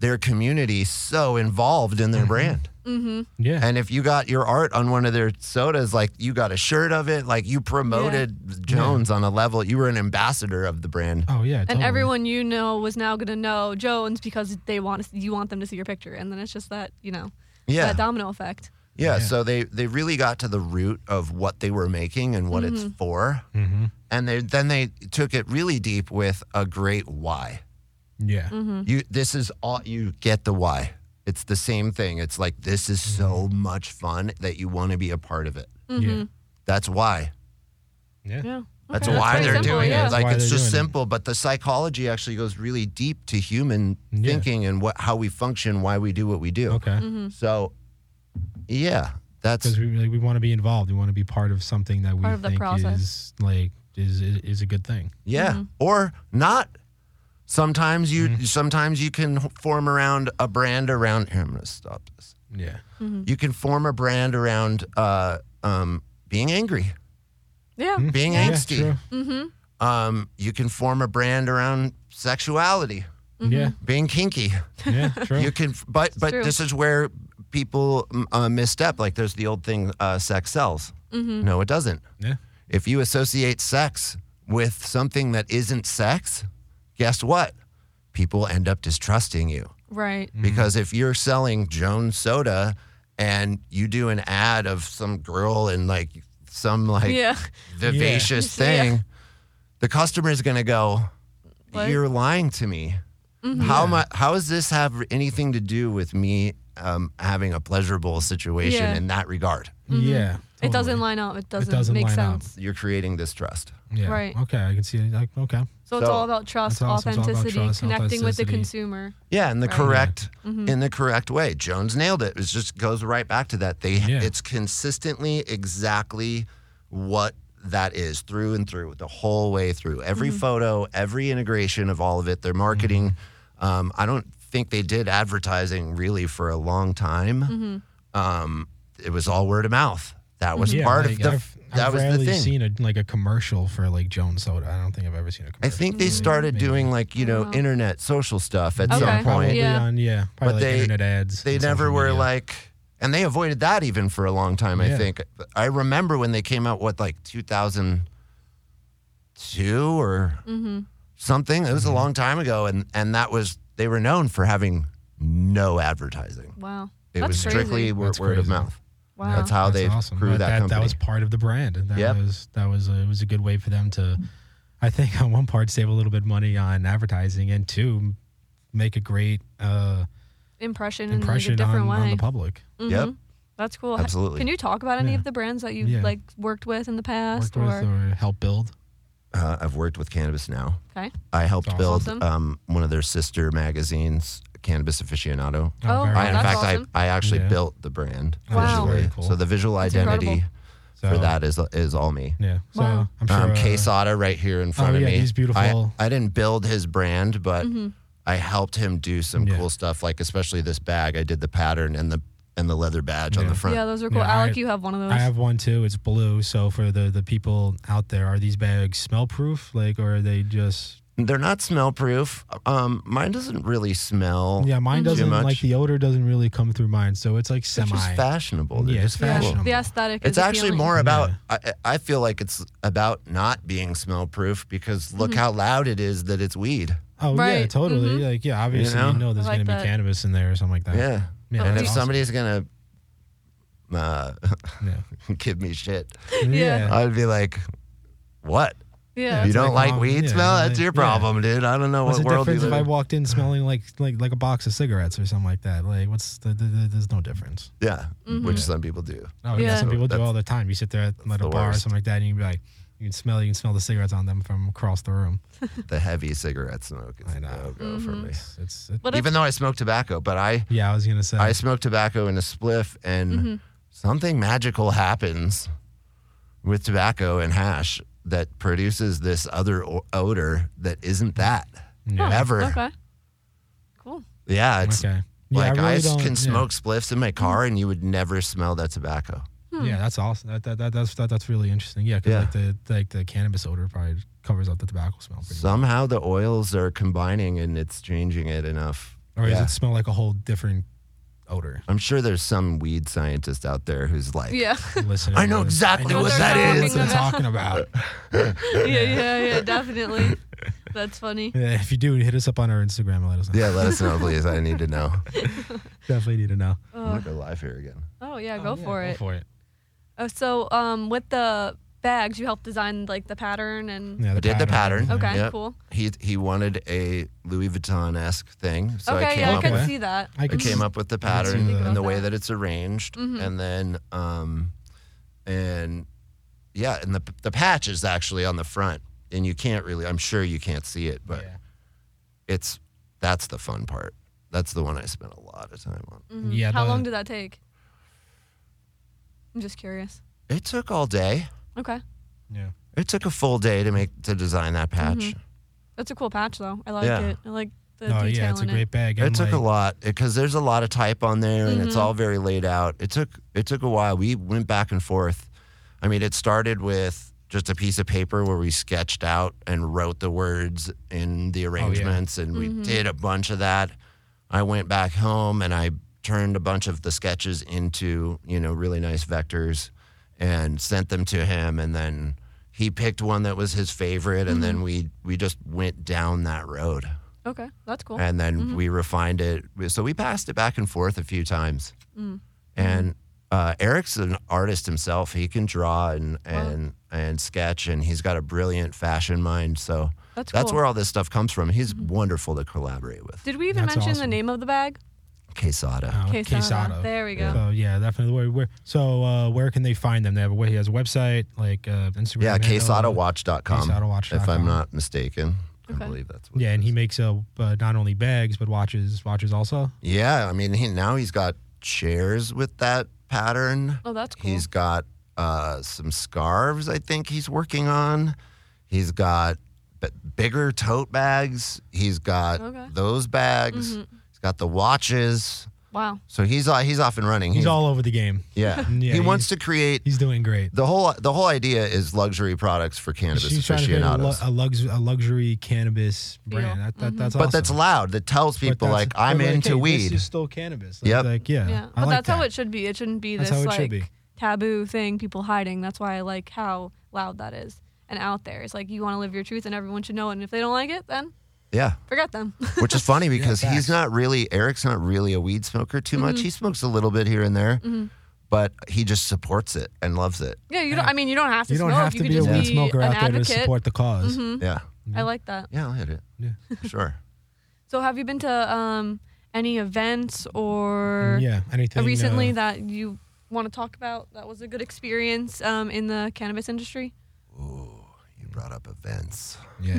[SPEAKER 4] their community so involved in their brand.
[SPEAKER 3] Mm-hmm.
[SPEAKER 2] Yeah,
[SPEAKER 4] And if you got your art on one of their sodas, like you got a shirt of it, like you promoted Jones on a level, you were an ambassador of the brand.
[SPEAKER 2] Oh yeah,
[SPEAKER 3] And
[SPEAKER 2] totally.
[SPEAKER 3] everyone you know was now gonna know Jones because they want to, you want them to see your picture, and then it's just that you know
[SPEAKER 4] Yeah.
[SPEAKER 3] that domino effect.
[SPEAKER 4] Yeah, so they they really got to the root of what they were making and what it's for, mm-hmm. and they, then they took it really deep with a great why.
[SPEAKER 2] Yeah,
[SPEAKER 3] Mm-hmm.
[SPEAKER 4] You this is all you get the why. It's the same thing. It's like this is so
[SPEAKER 2] Mm-hmm.
[SPEAKER 4] much fun that you want to be a part of it.
[SPEAKER 3] Mm-hmm.
[SPEAKER 2] yeah,
[SPEAKER 4] That's why.
[SPEAKER 2] yeah,
[SPEAKER 3] Yeah,
[SPEAKER 4] That's
[SPEAKER 3] Okay,
[SPEAKER 4] why
[SPEAKER 3] pretty
[SPEAKER 4] they're
[SPEAKER 3] simple,
[SPEAKER 4] doing
[SPEAKER 2] yeah.
[SPEAKER 4] it.
[SPEAKER 2] That's
[SPEAKER 4] Like
[SPEAKER 2] why
[SPEAKER 4] it's
[SPEAKER 2] they're
[SPEAKER 4] just
[SPEAKER 2] doing it.
[SPEAKER 4] simple, but the psychology actually goes really deep to human
[SPEAKER 2] Yeah.
[SPEAKER 4] thinking and what how we function, why we do what we do.
[SPEAKER 2] Okay,
[SPEAKER 3] Mm-hmm.
[SPEAKER 4] So, yeah, that's
[SPEAKER 2] because we like, we want to be involved. We want to be part of something that we
[SPEAKER 3] Part of the
[SPEAKER 2] think
[SPEAKER 3] process.
[SPEAKER 2] is like is is is a good thing.
[SPEAKER 4] Yeah, or not. Sometimes you
[SPEAKER 2] Mm-hmm.
[SPEAKER 4] sometimes you can form around a brand around. Here, I'm going to stop this.
[SPEAKER 2] Yeah,
[SPEAKER 4] You can form a brand around uh, um, being angry,
[SPEAKER 3] yeah,
[SPEAKER 4] being
[SPEAKER 2] yeah,
[SPEAKER 4] angsty.
[SPEAKER 2] true.
[SPEAKER 4] Um, you can form a brand around sexuality,
[SPEAKER 3] Mm-hmm.
[SPEAKER 2] Yeah,
[SPEAKER 4] being kinky.
[SPEAKER 2] *laughs* yeah, true.
[SPEAKER 4] You can, but but
[SPEAKER 3] true.
[SPEAKER 4] this is where people mm, uh, misstep. Like there's the old thing, uh, sex sells. No, it doesn't.
[SPEAKER 2] yeah,
[SPEAKER 4] If you associate sex with something that isn't sex, guess what? People end up distrusting you.
[SPEAKER 3] right.
[SPEAKER 4] Because if you're selling Jones soda and you do an ad of some girl and like some like
[SPEAKER 3] Yeah,
[SPEAKER 4] vivacious
[SPEAKER 3] Yeah.
[SPEAKER 4] thing, the customer is going to go,
[SPEAKER 3] What? Mm-hmm.
[SPEAKER 4] You're lying to me. How, mu- how does this have anything to do with me um, having a pleasurable situation
[SPEAKER 3] Yeah.
[SPEAKER 4] in that regard?
[SPEAKER 2] yeah.
[SPEAKER 3] it doesn't
[SPEAKER 2] totally.
[SPEAKER 3] line up. It doesn't,
[SPEAKER 2] doesn't
[SPEAKER 3] make
[SPEAKER 2] line up.
[SPEAKER 3] sense.
[SPEAKER 4] You're creating distrust.
[SPEAKER 2] Yeah.
[SPEAKER 3] Right.
[SPEAKER 2] Okay, I can see. It. Like, okay,
[SPEAKER 3] So, it's
[SPEAKER 4] So-
[SPEAKER 3] all about trust,
[SPEAKER 2] It's all- it's all about
[SPEAKER 3] authenticity,
[SPEAKER 2] trust,
[SPEAKER 3] connecting with the
[SPEAKER 2] authenticity.
[SPEAKER 3] consumer.
[SPEAKER 4] Yeah, in the correct
[SPEAKER 3] Mm-hmm.
[SPEAKER 4] in the correct way. Jones nailed it. It just goes right back to that. They
[SPEAKER 2] Yeah.
[SPEAKER 4] it's consistently exactly what that is through and through
[SPEAKER 3] Mm-hmm.
[SPEAKER 4] the
[SPEAKER 2] Mm-hmm.
[SPEAKER 4] whole way through. Every photo, every integration of all of it. Their marketing. Um, I don't think they did advertising really for a long time.
[SPEAKER 3] Mm-hmm.
[SPEAKER 4] Um, it was all word of mouth. That was part
[SPEAKER 2] like,
[SPEAKER 4] of the.
[SPEAKER 2] I've,
[SPEAKER 4] that
[SPEAKER 2] I've
[SPEAKER 4] was
[SPEAKER 2] rarely
[SPEAKER 4] the thing.
[SPEAKER 2] seen a like a commercial for like Jones Soda. I don't think I've ever seen a
[SPEAKER 4] I
[SPEAKER 2] commercial.
[SPEAKER 4] think they started
[SPEAKER 2] Maybe.
[SPEAKER 4] doing like you know
[SPEAKER 3] Mm-hmm. Wow.
[SPEAKER 4] internet social stuff at
[SPEAKER 3] Okay.
[SPEAKER 4] some
[SPEAKER 3] Yeah,
[SPEAKER 4] point.
[SPEAKER 2] probably
[SPEAKER 3] Yeah.
[SPEAKER 2] on yeah, probably
[SPEAKER 4] But
[SPEAKER 2] like
[SPEAKER 4] they-
[SPEAKER 2] internet ads.
[SPEAKER 4] They
[SPEAKER 2] and social
[SPEAKER 4] never were
[SPEAKER 2] media.
[SPEAKER 4] like, and they avoided that even for a long time. I
[SPEAKER 2] Yeah.
[SPEAKER 4] think I remember when they came out. What like 2002 or
[SPEAKER 3] Mm-hmm.
[SPEAKER 4] something. It was a
[SPEAKER 2] Mm-hmm.
[SPEAKER 4] long time ago, and and that was they were known for having no advertising.
[SPEAKER 3] Wow.
[SPEAKER 4] It
[SPEAKER 3] That's
[SPEAKER 4] was
[SPEAKER 3] crazy.
[SPEAKER 4] strictly wor-
[SPEAKER 2] That's
[SPEAKER 4] word of
[SPEAKER 2] crazy.
[SPEAKER 4] mouth.
[SPEAKER 3] wow.
[SPEAKER 4] That's how
[SPEAKER 2] That's
[SPEAKER 4] they
[SPEAKER 2] awesome.
[SPEAKER 4] grew
[SPEAKER 2] But
[SPEAKER 4] that,
[SPEAKER 2] that,
[SPEAKER 4] company.
[SPEAKER 2] was part of the brand. And that
[SPEAKER 4] Yep.
[SPEAKER 2] was that was a, it was a good way for them to, I think, *laughs* on one part save a little bit of money on advertising, and two, make a great uh,
[SPEAKER 3] Impression,
[SPEAKER 2] impression
[SPEAKER 3] in like a
[SPEAKER 2] on,
[SPEAKER 3] different
[SPEAKER 2] on
[SPEAKER 3] way.
[SPEAKER 2] the public.
[SPEAKER 3] Mhm.
[SPEAKER 4] Yep.
[SPEAKER 3] That's cool.
[SPEAKER 4] Absolutely.
[SPEAKER 3] Can you talk about any
[SPEAKER 2] Yeah.
[SPEAKER 3] of the brands that you've
[SPEAKER 2] Yeah.
[SPEAKER 3] like worked with in the past
[SPEAKER 2] Worked
[SPEAKER 3] or,
[SPEAKER 2] with or help build.
[SPEAKER 4] Uh, I've worked with Cannabis Now.
[SPEAKER 3] okay.
[SPEAKER 4] I helped
[SPEAKER 2] That's
[SPEAKER 4] build
[SPEAKER 3] awesome.
[SPEAKER 4] um, one of their sister magazines, Cannabis Aficionado.
[SPEAKER 3] Oh,
[SPEAKER 2] very
[SPEAKER 4] I, in
[SPEAKER 2] nice.
[SPEAKER 3] that's
[SPEAKER 4] fact,
[SPEAKER 3] awesome.
[SPEAKER 4] I, I actually
[SPEAKER 2] Yeah.
[SPEAKER 4] built the brand
[SPEAKER 3] Wow.
[SPEAKER 4] visually.
[SPEAKER 2] Very cool.
[SPEAKER 4] So the visual
[SPEAKER 3] That's
[SPEAKER 4] identity
[SPEAKER 3] incredible.
[SPEAKER 2] So,
[SPEAKER 4] for that is is all me.
[SPEAKER 2] Yeah. So
[SPEAKER 3] Wow.
[SPEAKER 2] I'm sure.
[SPEAKER 4] Um,
[SPEAKER 2] uh,
[SPEAKER 4] Quesada right here in front
[SPEAKER 2] oh,
[SPEAKER 4] of
[SPEAKER 2] yeah,
[SPEAKER 4] me.
[SPEAKER 2] he's beautiful.
[SPEAKER 4] I, I didn't build his brand, but I helped him do some
[SPEAKER 2] Yeah.
[SPEAKER 4] cool stuff, like especially this bag. I did the pattern and the and the leather badge on
[SPEAKER 2] Yeah.
[SPEAKER 4] the front.
[SPEAKER 3] Yeah, those are cool.
[SPEAKER 2] Yeah,
[SPEAKER 3] Alec,
[SPEAKER 2] I-
[SPEAKER 3] you have one of those.
[SPEAKER 2] I have one too. It's blue. So for the the people out there, are these bags smell proof? Like, or are they just?
[SPEAKER 4] They're not smell proof. Um, mine doesn't really smell.
[SPEAKER 2] Yeah, mine
[SPEAKER 4] Too
[SPEAKER 2] doesn't
[SPEAKER 4] much.
[SPEAKER 2] like the odor doesn't really come through mine. So it's like
[SPEAKER 4] They're
[SPEAKER 2] semi.
[SPEAKER 4] just fashionable. They're
[SPEAKER 2] Yeah,
[SPEAKER 4] just
[SPEAKER 2] it's
[SPEAKER 4] cool.
[SPEAKER 2] fashionable.
[SPEAKER 3] The aesthetic. is
[SPEAKER 4] It's actually
[SPEAKER 3] appealing.
[SPEAKER 4] more about. I, I feel like it's about not being smell proof because look how loud it is that it's weed.
[SPEAKER 2] Oh yeah,
[SPEAKER 3] Right,
[SPEAKER 2] totally.
[SPEAKER 3] mhm.
[SPEAKER 2] Like yeah, obviously you
[SPEAKER 4] know?
[SPEAKER 2] know, there's
[SPEAKER 3] I like
[SPEAKER 2] gonna
[SPEAKER 3] that.
[SPEAKER 2] be cannabis in there or something like that.
[SPEAKER 4] Yeah,
[SPEAKER 2] Yeah,
[SPEAKER 4] and
[SPEAKER 2] that's
[SPEAKER 4] if
[SPEAKER 2] awesome.
[SPEAKER 4] somebody's gonna uh, *laughs*
[SPEAKER 2] yeah,
[SPEAKER 4] give me shit,
[SPEAKER 2] yeah.
[SPEAKER 4] I'd be like, "What?
[SPEAKER 3] Yeah.
[SPEAKER 4] you
[SPEAKER 2] it's
[SPEAKER 4] don't
[SPEAKER 2] like,
[SPEAKER 4] like,
[SPEAKER 2] um,
[SPEAKER 4] weed
[SPEAKER 2] yeah,
[SPEAKER 4] smell?
[SPEAKER 2] like,
[SPEAKER 4] That's your
[SPEAKER 2] yeah.
[SPEAKER 4] problem, dude. I don't know
[SPEAKER 2] What's
[SPEAKER 4] what
[SPEAKER 2] the
[SPEAKER 4] world you
[SPEAKER 2] difference if
[SPEAKER 4] live
[SPEAKER 2] I
[SPEAKER 4] in."
[SPEAKER 2] walked in smelling like like like a box of cigarettes or something like that? Like what's the, the, the there's no difference.
[SPEAKER 4] yeah,
[SPEAKER 2] Mm-hmm.
[SPEAKER 4] which some people do.
[SPEAKER 2] Oh yeah,
[SPEAKER 3] Yeah.
[SPEAKER 2] some people do
[SPEAKER 4] That's-
[SPEAKER 2] all the time. You sit there at, at
[SPEAKER 4] the
[SPEAKER 2] a bar or
[SPEAKER 4] worst.
[SPEAKER 2] something like that, and you can be like, you can smell you can smell the cigarettes on them from across the room.
[SPEAKER 4] The heavy cigarette smoke is
[SPEAKER 2] I know. Mm-hmm.
[SPEAKER 4] no go for me.
[SPEAKER 2] It's, it's it,
[SPEAKER 3] But
[SPEAKER 4] Even though I smoke tobacco, but I
[SPEAKER 2] yeah, I was gonna say
[SPEAKER 4] I smoke tobacco in a spliff, and
[SPEAKER 2] Mm-hmm.
[SPEAKER 4] something magical happens with tobacco and hash that produces this other o- odor that isn't that
[SPEAKER 2] Yeah.
[SPEAKER 4] ever.
[SPEAKER 3] Okay. Cool.
[SPEAKER 4] Yeah, it's
[SPEAKER 2] okay. Yeah,
[SPEAKER 4] like I,
[SPEAKER 2] really
[SPEAKER 4] s-
[SPEAKER 2] don't-
[SPEAKER 4] can
[SPEAKER 2] yeah. Mm-hmm.
[SPEAKER 4] smoke spliffs in my car, and you would never smell that tobacco.
[SPEAKER 2] Yeah, that's awesome. That, that, that, that's that, that's really interesting. Yeah, because
[SPEAKER 4] Hmm. Yeah.
[SPEAKER 2] like the like the cannabis odor probably covers up the tobacco smell. Pretty
[SPEAKER 4] Somehow the oils are combining, and it's changing it enough.
[SPEAKER 2] Or
[SPEAKER 4] yeah.
[SPEAKER 2] does it smell like a whole different odor?
[SPEAKER 4] I'm sure there's some weed scientist out there who's like,
[SPEAKER 3] Yeah. *laughs*
[SPEAKER 2] Listening,
[SPEAKER 4] I know
[SPEAKER 2] to-
[SPEAKER 4] exactly
[SPEAKER 2] I know
[SPEAKER 4] what
[SPEAKER 3] they're
[SPEAKER 4] that
[SPEAKER 2] exactly
[SPEAKER 4] is.
[SPEAKER 2] what they're
[SPEAKER 4] *laughs*
[SPEAKER 2] talking about.
[SPEAKER 3] yeah. Yeah. Yeah. Definitely. That's funny.
[SPEAKER 2] Yeah, if you do, hit us up on our Instagram and let us know.
[SPEAKER 4] Yeah, let us know, please. I need to know.
[SPEAKER 3] *laughs*
[SPEAKER 2] Definitely need to know.
[SPEAKER 4] I'm gonna go live here again.
[SPEAKER 3] Oh yeah. Go for it.
[SPEAKER 2] for it.
[SPEAKER 3] Oh, so um, with the bags, you helped design like the pattern and.
[SPEAKER 2] Yeah,
[SPEAKER 4] I did the pattern.
[SPEAKER 2] Yeah.
[SPEAKER 3] Okay.
[SPEAKER 4] Yep.
[SPEAKER 3] Cool.
[SPEAKER 4] He he wanted a Louis Vuitton esque thing, so I
[SPEAKER 3] okay.
[SPEAKER 4] came
[SPEAKER 3] Yeah, I
[SPEAKER 4] up
[SPEAKER 3] could
[SPEAKER 2] with-
[SPEAKER 3] see that.
[SPEAKER 2] I
[SPEAKER 4] I
[SPEAKER 2] could
[SPEAKER 4] came up with the
[SPEAKER 2] I can see
[SPEAKER 4] pattern
[SPEAKER 2] that.
[SPEAKER 4] and the
[SPEAKER 3] About
[SPEAKER 4] way
[SPEAKER 3] that.
[SPEAKER 4] that it's arranged,
[SPEAKER 3] Mm-hmm.
[SPEAKER 4] and then um, and yeah, and the the patch is actually on the front, and you can't really. I'm sure you can't see it, but
[SPEAKER 2] Yeah.
[SPEAKER 4] it's that's the fun part. That's the one I spent a lot of time on.
[SPEAKER 2] Yeah,
[SPEAKER 3] Mm-hmm. How
[SPEAKER 2] the-
[SPEAKER 3] long did that take? I'm just curious.
[SPEAKER 4] It took all day.
[SPEAKER 3] Okay.
[SPEAKER 2] Yeah.
[SPEAKER 4] It took a full day to make to design that patch.
[SPEAKER 3] That's a cool patch though. I like
[SPEAKER 4] Yeah.
[SPEAKER 3] it. I like the
[SPEAKER 2] No,
[SPEAKER 3] detail
[SPEAKER 2] Oh, yeah, it's a
[SPEAKER 3] in
[SPEAKER 2] great
[SPEAKER 3] it.
[SPEAKER 2] bag.
[SPEAKER 4] It
[SPEAKER 2] I'm
[SPEAKER 4] took a
[SPEAKER 2] like-
[SPEAKER 4] lot because there's a lot of type on there, and it's all very laid out. It took it took a while. We went back and forth. I mean, it started with just a piece of paper where we sketched out and wrote the words in the arrangements, and we did a bunch of that. I went back home and I turned a bunch of the sketches into you know really nice vectors, and sent them to him, and then he picked one that was his favorite, and then we we just went down that road
[SPEAKER 3] Okay, that's cool.
[SPEAKER 4] and then
[SPEAKER 3] mm-hmm.
[SPEAKER 4] we refined it. So we passed it back and forth a few times.
[SPEAKER 3] Mm, mm-hmm.
[SPEAKER 4] And uh, Eric's an artist himself. He can draw and and and sketch, and he's got a brilliant fashion mind. So
[SPEAKER 3] That's cool. Mm-hmm.
[SPEAKER 4] where all this stuff comes from. He's wonderful to collaborate with.
[SPEAKER 3] Did we even
[SPEAKER 2] That's
[SPEAKER 3] mention the
[SPEAKER 2] awesome.
[SPEAKER 3] name of the bag?
[SPEAKER 4] Quesada.
[SPEAKER 2] Oh,
[SPEAKER 3] Quesada.
[SPEAKER 2] Quesada.
[SPEAKER 3] There we go.
[SPEAKER 2] So yeah, definitely. Where, where so uh, where can they find them? They have a, he has a website like uh, Instagram.
[SPEAKER 4] yeah,
[SPEAKER 2] handle.
[SPEAKER 4] quesadawatch.com.
[SPEAKER 2] quesadawatch.com.
[SPEAKER 4] If I'm not mistaken, I
[SPEAKER 3] Okay.
[SPEAKER 4] believe that's what.
[SPEAKER 2] Yeah,
[SPEAKER 4] it
[SPEAKER 2] and he
[SPEAKER 4] is.
[SPEAKER 2] makes uh, uh, not only bags but watches. Watches also.
[SPEAKER 4] Yeah, I mean, he, now he's got chairs with that pattern.
[SPEAKER 3] Oh, that's cool.
[SPEAKER 4] He's got uh, some scarves. I think he's working on. He's got b- bigger tote bags. He's got
[SPEAKER 3] Okay. Mm-hmm.
[SPEAKER 4] those bags. He's got the watches.
[SPEAKER 3] Wow.
[SPEAKER 4] So he's uh, he's off and running.
[SPEAKER 2] He's all over the game.
[SPEAKER 4] yeah.
[SPEAKER 2] *laughs* Yeah,
[SPEAKER 4] He
[SPEAKER 2] he-
[SPEAKER 4] wants to create
[SPEAKER 2] He's doing great.
[SPEAKER 4] the whole the whole idea is luxury products for cannabis
[SPEAKER 2] She's trying to create a, lu-
[SPEAKER 4] aficionados.
[SPEAKER 2] a, lux- a luxury cannabis
[SPEAKER 3] Feel.
[SPEAKER 2] brand. That,
[SPEAKER 3] Mm-hmm.
[SPEAKER 2] that, That's
[SPEAKER 4] but
[SPEAKER 2] awesome.
[SPEAKER 4] that's loud. That tells
[SPEAKER 2] But
[SPEAKER 4] people
[SPEAKER 2] that's-
[SPEAKER 4] like
[SPEAKER 2] but
[SPEAKER 4] I'm
[SPEAKER 2] like,
[SPEAKER 4] into
[SPEAKER 2] hey,
[SPEAKER 4] weed.
[SPEAKER 2] This is still cannabis. That's
[SPEAKER 4] Yep.
[SPEAKER 2] Like yeah.
[SPEAKER 3] Yeah.
[SPEAKER 2] I
[SPEAKER 3] But
[SPEAKER 2] like
[SPEAKER 3] that's how
[SPEAKER 2] that.
[SPEAKER 3] it should be. It shouldn't be
[SPEAKER 2] That's
[SPEAKER 3] this
[SPEAKER 2] how it
[SPEAKER 3] like
[SPEAKER 2] should be.
[SPEAKER 3] taboo thing people hiding. That's why I like how loud that is and out there. It's like you want to live your truth and everyone should know it. And if they don't like it, then
[SPEAKER 4] yeah.
[SPEAKER 3] forget them. *laughs*
[SPEAKER 4] Which is funny because
[SPEAKER 2] facts.
[SPEAKER 4] he's not really Eric's not really a weed smoker too much. He smokes a little bit here and there, but he just supports it and loves it.
[SPEAKER 3] yeah. You don't. I mean, you don't have to.
[SPEAKER 2] You don't
[SPEAKER 3] smoke.
[SPEAKER 2] have to
[SPEAKER 3] you could
[SPEAKER 2] be a
[SPEAKER 3] just
[SPEAKER 2] weed
[SPEAKER 3] be
[SPEAKER 2] smoker
[SPEAKER 3] an
[SPEAKER 2] out there
[SPEAKER 3] advocate. Mm-hmm.
[SPEAKER 2] to support the because
[SPEAKER 4] Yeah.
[SPEAKER 3] I like that.
[SPEAKER 4] Yeah, I'll hit it. *laughs*
[SPEAKER 2] Yeah.
[SPEAKER 4] Sure.
[SPEAKER 3] So have you been to um, any events or
[SPEAKER 2] Yeah. Anything uh,
[SPEAKER 3] recently that you want to talk about that was a good experience um, in the cannabis industry?
[SPEAKER 4] You brought up events.
[SPEAKER 2] yeah.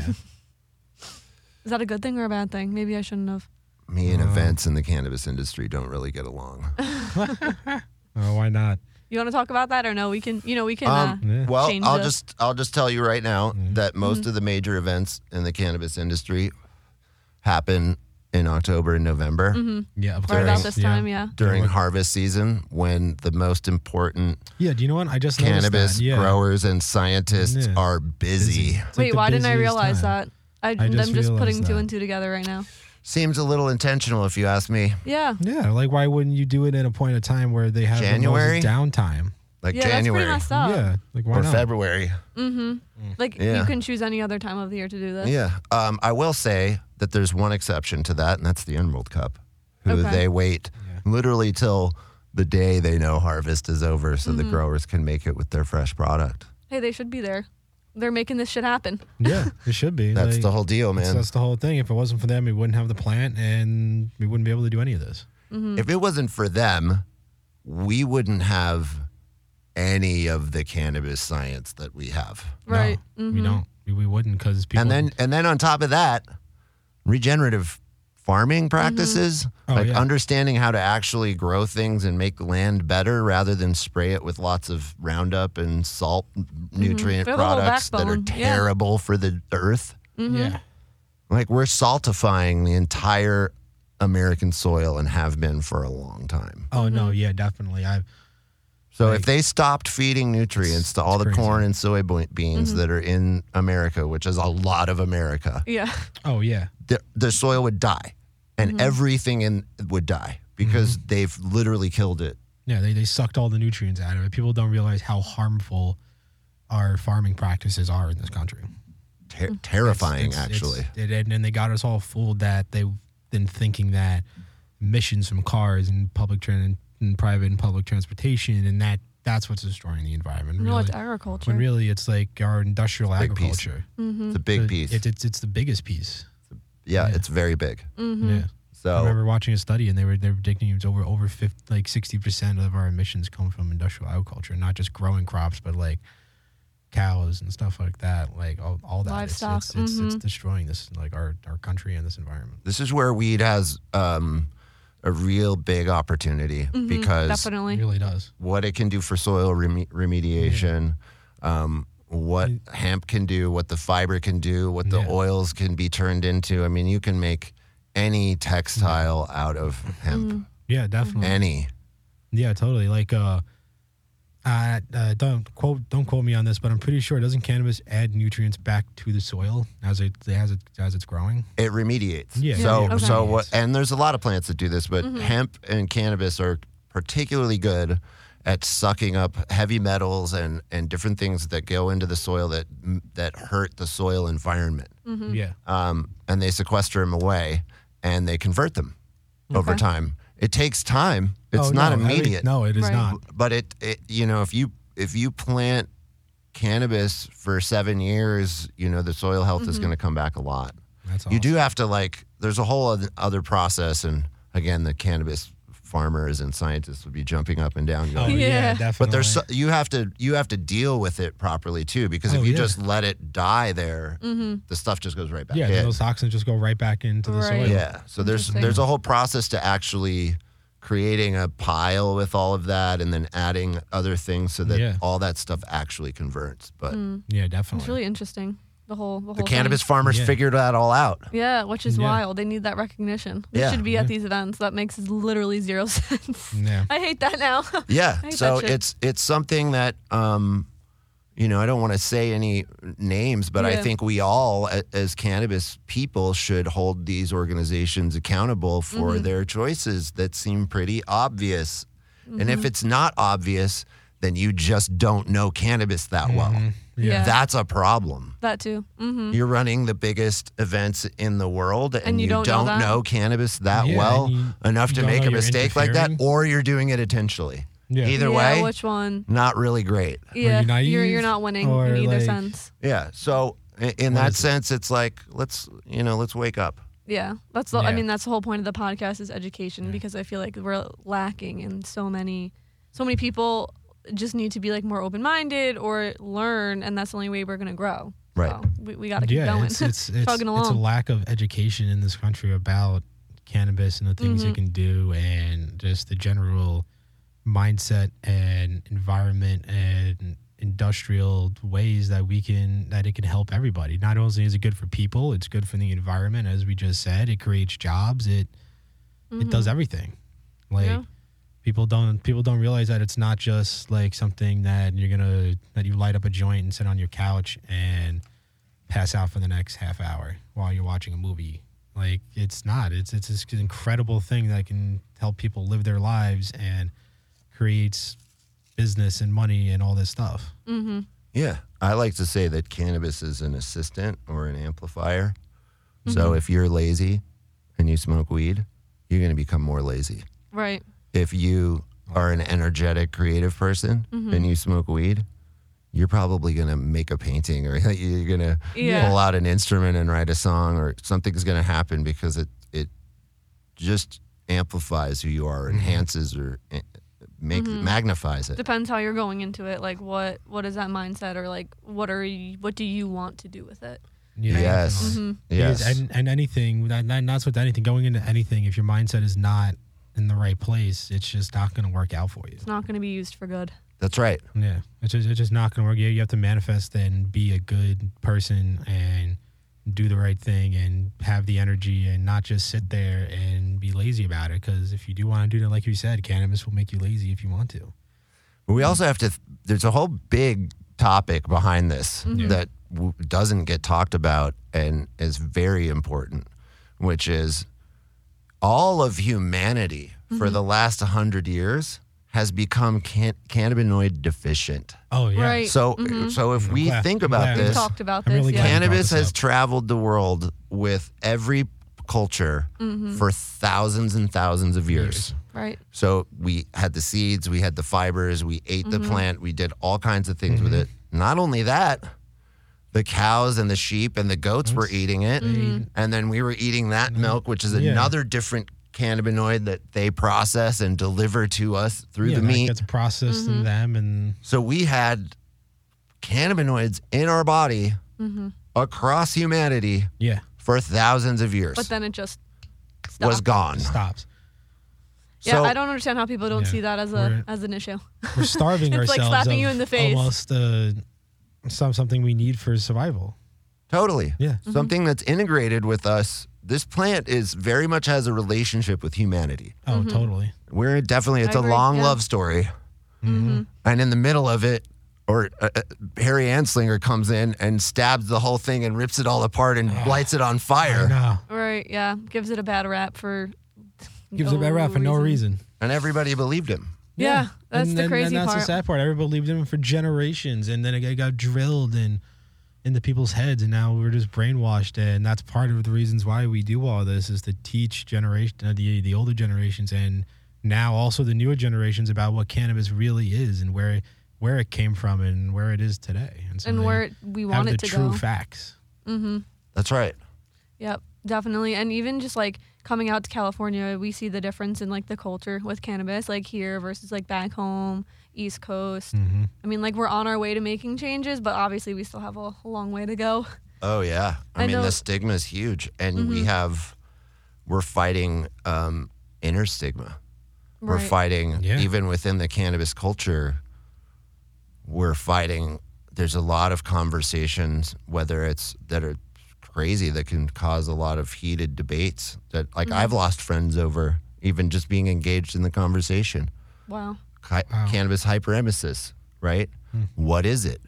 [SPEAKER 3] Is that a good thing or a bad thing? Maybe I shouldn't have.
[SPEAKER 4] Me and events in the cannabis industry don't really get along.
[SPEAKER 2] Oh, why not?
[SPEAKER 3] You want to talk about that or no? We can, you know, we can.
[SPEAKER 4] Um,
[SPEAKER 3] uh,
[SPEAKER 2] Yeah.
[SPEAKER 4] Well,
[SPEAKER 3] change
[SPEAKER 4] I'll
[SPEAKER 3] the-
[SPEAKER 4] just I'll just tell you right now that most of the major events in the cannabis industry happen in October and November
[SPEAKER 2] Yeah. Of
[SPEAKER 3] Right
[SPEAKER 2] course.
[SPEAKER 3] about this time, yeah.
[SPEAKER 4] during harvest season when the most important
[SPEAKER 2] Yeah. Do you know what? I just noticed
[SPEAKER 4] cannabis
[SPEAKER 2] that. Yeah.
[SPEAKER 4] growers and scientists
[SPEAKER 2] Yeah.
[SPEAKER 4] are busy.
[SPEAKER 2] It's like
[SPEAKER 3] Wait,
[SPEAKER 2] the
[SPEAKER 3] why didn't I
[SPEAKER 2] busiest
[SPEAKER 3] realize
[SPEAKER 2] time.
[SPEAKER 3] that? I,
[SPEAKER 2] I just
[SPEAKER 3] am just
[SPEAKER 2] realized
[SPEAKER 3] putting two
[SPEAKER 2] that.
[SPEAKER 3] and two together right now.
[SPEAKER 4] Seems a little intentional if you ask me.
[SPEAKER 3] Yeah.
[SPEAKER 2] Yeah. Like, why wouldn't you do it at a point of time where they have the most
[SPEAKER 4] January?
[SPEAKER 2] downtime?
[SPEAKER 4] Like
[SPEAKER 3] yeah,
[SPEAKER 4] January
[SPEAKER 3] that's pretty messed up.
[SPEAKER 2] Yeah. Like, why
[SPEAKER 4] or
[SPEAKER 2] not?
[SPEAKER 4] February.
[SPEAKER 3] Like
[SPEAKER 4] Yeah.
[SPEAKER 3] you can choose any other time of the year to do this.
[SPEAKER 4] Yeah. Um, I will say that there's one exception to that, and that's the Emerald Cup, who
[SPEAKER 3] Okay.
[SPEAKER 4] they wait literally till the day they know harvest is over so
[SPEAKER 3] Mm-hmm.
[SPEAKER 4] the growers can make it with their fresh product.
[SPEAKER 3] Hey, they should be there. They're making this shit happen.
[SPEAKER 2] Yeah. It should be.
[SPEAKER 4] That's
[SPEAKER 2] like,
[SPEAKER 4] the whole deal,
[SPEAKER 2] So
[SPEAKER 4] man.
[SPEAKER 2] that's the whole thing. If it wasn't for them, we wouldn't have the plant, and we wouldn't be able to do any of this.
[SPEAKER 3] Mm-hmm.
[SPEAKER 4] If it wasn't for them, we wouldn't have any of the cannabis science that we have.
[SPEAKER 3] Right. mm-hmm.
[SPEAKER 2] No, We don't. We, we wouldn't because people.
[SPEAKER 4] And then and then on top of that, regenerative farming practices,
[SPEAKER 2] Oh,
[SPEAKER 4] like
[SPEAKER 2] yeah.
[SPEAKER 4] understanding how to actually grow things and make the land better rather than spray it with lots of Roundup and salt
[SPEAKER 2] Mm-hmm.
[SPEAKER 4] nutrient
[SPEAKER 3] They're the whole
[SPEAKER 4] products that are
[SPEAKER 3] backbone, yeah.
[SPEAKER 4] terrible for the earth.
[SPEAKER 3] Mm-hmm.
[SPEAKER 2] yeah,
[SPEAKER 4] Like we're saltifying the entire American soil and have been for a long time.
[SPEAKER 2] Oh no,
[SPEAKER 3] Mm-hmm.
[SPEAKER 2] yeah, definitely. I
[SPEAKER 4] So if they stopped feeding nutrients to all the
[SPEAKER 2] crazy. Mm-hmm.
[SPEAKER 4] corn and soybeans beans that are in America, which is a lot of America,
[SPEAKER 3] Yeah.
[SPEAKER 2] oh yeah,
[SPEAKER 4] the, the soil would die and everything in would die because they've literally killed it.
[SPEAKER 2] yeah. They they sucked all the nutrients out of it. People don't realize how harmful our farming practices are in this country.
[SPEAKER 4] Ter- terrifying,
[SPEAKER 2] It's- it's-
[SPEAKER 4] actually.
[SPEAKER 2] it- and, and they got us all fooled that they then thinking that emissions from cars and public tran and private and public transportation and that that's what's destroying the environment.
[SPEAKER 3] No, it's
[SPEAKER 2] *laughs* really.
[SPEAKER 3] agriculture.
[SPEAKER 2] when really it's like our industrial
[SPEAKER 4] Big piece.
[SPEAKER 2] agriculture.
[SPEAKER 4] It's a big piece.
[SPEAKER 2] It's, it's it's the biggest piece.
[SPEAKER 4] yeah, it's very big.
[SPEAKER 2] Yeah. I
[SPEAKER 4] So
[SPEAKER 2] remember watching a study, and they were they're predicting it was over over 50, like sixty percent of our emissions come from industrial agriculture, not just growing crops, but like cows and stuff like that, like all, all that. It's-
[SPEAKER 3] Livestock,
[SPEAKER 2] It's, it's, it's destroying this like our our country and this environment.
[SPEAKER 4] this is where weed has um, a real big opportunity because
[SPEAKER 2] It
[SPEAKER 3] Definitely.
[SPEAKER 2] really does.
[SPEAKER 4] what it can do for soil reme- remediation, um, what hemp can do, what the fiber can do, what the
[SPEAKER 2] Yeah.
[SPEAKER 4] oils can be turned into. I mean, you can make any textile
[SPEAKER 2] Mm-hmm.
[SPEAKER 4] out of hemp,
[SPEAKER 2] Yeah, definitely.
[SPEAKER 4] any.
[SPEAKER 2] Yeah, totally. Like, uh, I uh, don't quote don't quote me on this, but I'm pretty sure doesn't cannabis add nutrients back to the soil as it as it as it's growing?
[SPEAKER 4] it remediates.
[SPEAKER 2] Yeah.
[SPEAKER 4] So
[SPEAKER 2] Yeah,
[SPEAKER 3] okay. Mm-hmm.
[SPEAKER 4] so what? And there's a lot of plants that do this, but hemp and cannabis are particularly good at sucking up heavy metals and and different things that go into the soil that that hurt the soil environment.
[SPEAKER 3] Mm.
[SPEAKER 2] Yeah,
[SPEAKER 4] Um, and they sequester them away, and they convert them over
[SPEAKER 3] Okay.
[SPEAKER 4] time. It takes time. It's
[SPEAKER 2] Oh,
[SPEAKER 4] not
[SPEAKER 2] no, I mean,
[SPEAKER 4] immediate
[SPEAKER 2] no, it is
[SPEAKER 3] Right.
[SPEAKER 2] not.
[SPEAKER 4] but it, it you know if you if you plant cannabis for seven years you know the soil health is going to come back a lot
[SPEAKER 2] That's
[SPEAKER 4] you do have to like there's a whole oth- other process and again the cannabis farmers and scientists would be jumping up and down
[SPEAKER 2] Oh *laughs*
[SPEAKER 4] going
[SPEAKER 2] yeah,
[SPEAKER 3] Yeah.
[SPEAKER 2] definitely.
[SPEAKER 4] but there's so, you have to you have to deal with it properly too because
[SPEAKER 2] Oh,
[SPEAKER 4] if you
[SPEAKER 2] yeah.
[SPEAKER 4] just let it die there the stuff just goes right back
[SPEAKER 2] Yeah,
[SPEAKER 4] in.
[SPEAKER 2] then those toxins just go right back into the
[SPEAKER 3] Right.
[SPEAKER 2] soil.
[SPEAKER 4] Yeah. So there's
[SPEAKER 3] Interesting.
[SPEAKER 4] there's a whole process to actually creating a pile with all of that and then adding other things so that
[SPEAKER 2] Yeah.
[SPEAKER 4] all that stuff actually converts. But
[SPEAKER 2] Yeah,
[SPEAKER 3] It's
[SPEAKER 2] definitely.
[SPEAKER 3] really interesting. the whole the, whole
[SPEAKER 4] The
[SPEAKER 3] thing.
[SPEAKER 4] cannabis farmers
[SPEAKER 2] Yeah.
[SPEAKER 4] figured that all out.
[SPEAKER 3] Yeah, which is
[SPEAKER 2] Yeah.
[SPEAKER 3] wild. They need that recognition. They
[SPEAKER 4] Yeah.
[SPEAKER 3] should be at these events. That makes literally zero *laughs* sense.
[SPEAKER 2] Yeah.
[SPEAKER 3] I hate that now. *laughs*
[SPEAKER 4] Yeah.
[SPEAKER 3] I hate
[SPEAKER 4] So
[SPEAKER 3] that shit.
[SPEAKER 4] it's it's something that um, you know, I don't want to say any names, but I
[SPEAKER 3] Yeah.
[SPEAKER 4] think we all, a- as cannabis people, should hold these organizations accountable for
[SPEAKER 3] Mm-hmm.
[SPEAKER 4] their choices that seem pretty obvious. And
[SPEAKER 3] Mm-hmm.
[SPEAKER 4] if it's not obvious, then you just don't know cannabis that well.
[SPEAKER 3] Yeah.
[SPEAKER 4] That's a problem.
[SPEAKER 3] that too. Mm-hmm.
[SPEAKER 4] You're running the biggest events in the world, and,
[SPEAKER 3] you
[SPEAKER 4] you,
[SPEAKER 3] don't know
[SPEAKER 4] don't
[SPEAKER 3] that?
[SPEAKER 4] know cannabis that
[SPEAKER 2] Yeah, and
[SPEAKER 4] well
[SPEAKER 2] you-
[SPEAKER 4] enough
[SPEAKER 2] you
[SPEAKER 4] to
[SPEAKER 2] don't
[SPEAKER 4] make
[SPEAKER 2] know
[SPEAKER 4] a
[SPEAKER 2] you're
[SPEAKER 4] mistake like that,
[SPEAKER 2] interfering.
[SPEAKER 4] or you're doing it intentionally.
[SPEAKER 2] Yeah.
[SPEAKER 4] Either way,
[SPEAKER 3] which one?
[SPEAKER 4] not really great.
[SPEAKER 2] you
[SPEAKER 3] Yeah, you are
[SPEAKER 2] naive
[SPEAKER 3] you're not winning
[SPEAKER 2] or,
[SPEAKER 3] in either
[SPEAKER 2] like-
[SPEAKER 3] sense.
[SPEAKER 4] Yeah. So i- in
[SPEAKER 2] What
[SPEAKER 4] that
[SPEAKER 2] is it?
[SPEAKER 4] sense, it's like let's you know let's wake up.
[SPEAKER 3] Yeah, that's the. I
[SPEAKER 2] Yeah.
[SPEAKER 3] mean, that's the whole point of the podcast is education because I feel like we're lacking in so many, so many people just need to be like more open minded or learn, and that's the only way we're gonna grow.
[SPEAKER 4] Right.
[SPEAKER 3] So we, we gotta keep
[SPEAKER 2] yeah,
[SPEAKER 3] going. *laughs*
[SPEAKER 2] it's it's it's,
[SPEAKER 3] Chugging
[SPEAKER 2] it's a
[SPEAKER 3] along.
[SPEAKER 2] lack of education in this country about cannabis and the things
[SPEAKER 3] Mm-hmm.
[SPEAKER 2] it can do, and just the general mindset and environment and industrial ways that we can that it can help everybody. Not only is it good for people, it's good for the environment, as we just said. It creates jobs. It it does everything. Like
[SPEAKER 3] Mm-hmm. Yeah.
[SPEAKER 2] people don't people don't realize that it's not just like something that you're gonna that you light up a joint and sit on your couch and pass out for the next half hour while you're watching a movie. Like it's not. It's it's this incredible thing that can help people live their lives and creates business and money and all this stuff.
[SPEAKER 4] Yeah. I like to say that cannabis is an assistant or an amplifier. So
[SPEAKER 3] Mm-hmm.
[SPEAKER 4] if you're lazy and you smoke weed, you're going to become more lazy.
[SPEAKER 3] right.
[SPEAKER 4] If you are an energetic, creative person and you smoke weed, you're probably going to make a painting or *laughs* you're going to
[SPEAKER 3] Yeah.
[SPEAKER 4] pull out an instrument and write a song or something's going to happen because it it just amplifies who you are, enhances or eh, make magnifies it.
[SPEAKER 3] Depends how you're going into it. Like what what is that mindset or like what are you, what do you want to do with it?
[SPEAKER 2] Yeah.
[SPEAKER 4] Yes. Yes.
[SPEAKER 2] Because- And, and anything, and and that's with anything, going into anything, if your mindset is not in the right place, it's just not going to work out for you.
[SPEAKER 3] It's not gonna be used for good.
[SPEAKER 4] That's right.
[SPEAKER 2] Yeah. It's just, it's just not going to work. You, you have to manifest and be a good person and do the right thing and have the energy and not just sit there and be lazy about it. Because if you do want to do that, like you said, cannabis will make you lazy if you want to.
[SPEAKER 4] We also have to. There's a whole big topic behind this
[SPEAKER 3] Mm-hmm.
[SPEAKER 4] that w- doesn't get talked about and is very important, which is all of humanity for
[SPEAKER 3] Mm-hmm.
[SPEAKER 4] the last hundred years has become can- cannabinoid deficient.
[SPEAKER 2] Oh, yeah.
[SPEAKER 3] Right.
[SPEAKER 4] So, so if we
[SPEAKER 2] glad-
[SPEAKER 4] think
[SPEAKER 2] I'm
[SPEAKER 4] about
[SPEAKER 2] glad we
[SPEAKER 3] We've
[SPEAKER 4] this,
[SPEAKER 3] talked about
[SPEAKER 2] I'm
[SPEAKER 3] this.
[SPEAKER 2] really
[SPEAKER 3] yeah.
[SPEAKER 2] glad you
[SPEAKER 4] cannabis
[SPEAKER 2] brought this
[SPEAKER 4] has
[SPEAKER 2] up.
[SPEAKER 4] traveled the world with every culture
[SPEAKER 3] Mm-hmm.
[SPEAKER 4] for thousands and thousands of years.
[SPEAKER 3] Right.
[SPEAKER 4] So we had the seeds, we had the fibers, we ate
[SPEAKER 3] Mm-hmm.
[SPEAKER 4] the plant, we did all kinds of things with
[SPEAKER 2] Mm-hmm.
[SPEAKER 4] it. Not only that, the cows and the sheep and the goats were eating it. And then we were eating that milk, which is
[SPEAKER 2] Mm-hmm. Yeah.
[SPEAKER 4] another different cannabinoid that they process and deliver to us through
[SPEAKER 2] Yeah,
[SPEAKER 4] the
[SPEAKER 2] that
[SPEAKER 4] meat.
[SPEAKER 2] gets processed
[SPEAKER 3] Mm-hmm.
[SPEAKER 2] in them and
[SPEAKER 4] So we had cannabinoids in our body
[SPEAKER 3] Mm-hmm.
[SPEAKER 4] across humanity
[SPEAKER 2] yeah,
[SPEAKER 4] for thousands of years.
[SPEAKER 3] But then it just stopped.
[SPEAKER 4] was gone.
[SPEAKER 2] stops.
[SPEAKER 3] Yeah,
[SPEAKER 4] so
[SPEAKER 3] I don't understand how people don't
[SPEAKER 2] Yeah.
[SPEAKER 3] see that as a
[SPEAKER 2] We're-
[SPEAKER 3] as an issue.
[SPEAKER 2] We're
[SPEAKER 3] *laughs*
[SPEAKER 2] starving
[SPEAKER 3] It's like
[SPEAKER 2] ourselves.
[SPEAKER 3] slapping
[SPEAKER 2] of
[SPEAKER 3] you in the face.
[SPEAKER 2] Almost uh, some something we need for survival.
[SPEAKER 4] totally.
[SPEAKER 2] Yeah.
[SPEAKER 3] Mm-hmm.
[SPEAKER 4] Something that's integrated with us. This plant is very much has a relationship with humanity.
[SPEAKER 2] Oh,
[SPEAKER 3] Mm-hmm.
[SPEAKER 2] totally.
[SPEAKER 4] We're definitely it's
[SPEAKER 3] I
[SPEAKER 4] a
[SPEAKER 3] agree,
[SPEAKER 4] long
[SPEAKER 3] yeah. Mm-hmm.
[SPEAKER 4] love story, and in the middle of it, or uh, uh, Harry Anslinger comes in and stabs the whole thing and rips it all apart and lights it on fire,
[SPEAKER 2] No,
[SPEAKER 3] Right, yeah. Gives it a bad rap for
[SPEAKER 2] gives a bad rap for no reason.
[SPEAKER 4] and everybody believed him.
[SPEAKER 3] Yeah, that's
[SPEAKER 2] and,
[SPEAKER 3] the
[SPEAKER 2] and-
[SPEAKER 3] crazy
[SPEAKER 2] and that's
[SPEAKER 3] part.
[SPEAKER 2] the sad part. Everybody believed in him for generations, and then it got- got drilled in into people's heads, and now we're just brainwashed. And that's part of the reasons why we do all this is to teach generation, uh, the the older generations, and now also the newer generations about what cannabis really is and where where it came from and where it is today, so
[SPEAKER 3] and
[SPEAKER 2] they
[SPEAKER 3] where it- we
[SPEAKER 2] have
[SPEAKER 3] want
[SPEAKER 2] the
[SPEAKER 3] it to
[SPEAKER 2] true
[SPEAKER 3] go.
[SPEAKER 2] facts.
[SPEAKER 4] That's right.
[SPEAKER 3] Yep, definitely. And even just like coming out to California, we see the difference in like the culture with cannabis, like here versus like back home, East Coast.
[SPEAKER 2] Mm-hmm.
[SPEAKER 3] I mean, like we're on our way to making changes, but obviously we still have a long way to go.
[SPEAKER 4] Oh yeah, I,
[SPEAKER 3] I
[SPEAKER 4] mean
[SPEAKER 3] know- Mm-hmm.
[SPEAKER 4] the stigma is huge, and we have we're fighting um, inner stigma. We're
[SPEAKER 3] Right.
[SPEAKER 4] fighting
[SPEAKER 2] Yeah.
[SPEAKER 4] even within the cannabis culture. We're fighting there's a lot of conversations, whether it's that are crazy that can cause a lot of heated debates. That like I've lost friends over even just being engaged in the conversation.
[SPEAKER 3] Wow.
[SPEAKER 4] Hi- Cannabis hyperemesis, right? What is it?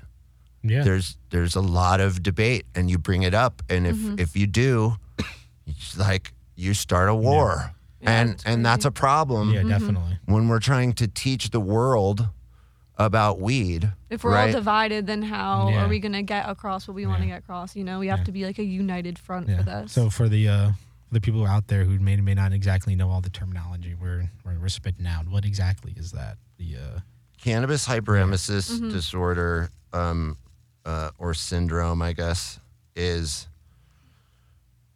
[SPEAKER 2] Hmm. Yeah.
[SPEAKER 4] there's there's a lot of debate and you bring it up and if if you do *coughs* it's like you start a war
[SPEAKER 3] Yeah,
[SPEAKER 4] and
[SPEAKER 3] it's
[SPEAKER 4] and that's a problem
[SPEAKER 2] yeah, definitely.
[SPEAKER 4] when we're trying to teach the world about weed
[SPEAKER 3] If we're all
[SPEAKER 4] right?
[SPEAKER 3] divided, then how
[SPEAKER 2] Yeah.
[SPEAKER 3] are we gonna get across what we want to
[SPEAKER 2] Yeah.
[SPEAKER 3] get across? You know, we have to be like a united front for
[SPEAKER 2] Yeah.
[SPEAKER 3] this.
[SPEAKER 2] So for the uh, the people out there who may or may not exactly know all the terminology we're we're, we're spitting out, what exactly is that? The uh,
[SPEAKER 4] cannabis hyperemesis disorder um, uh, or syndrome, I guess, is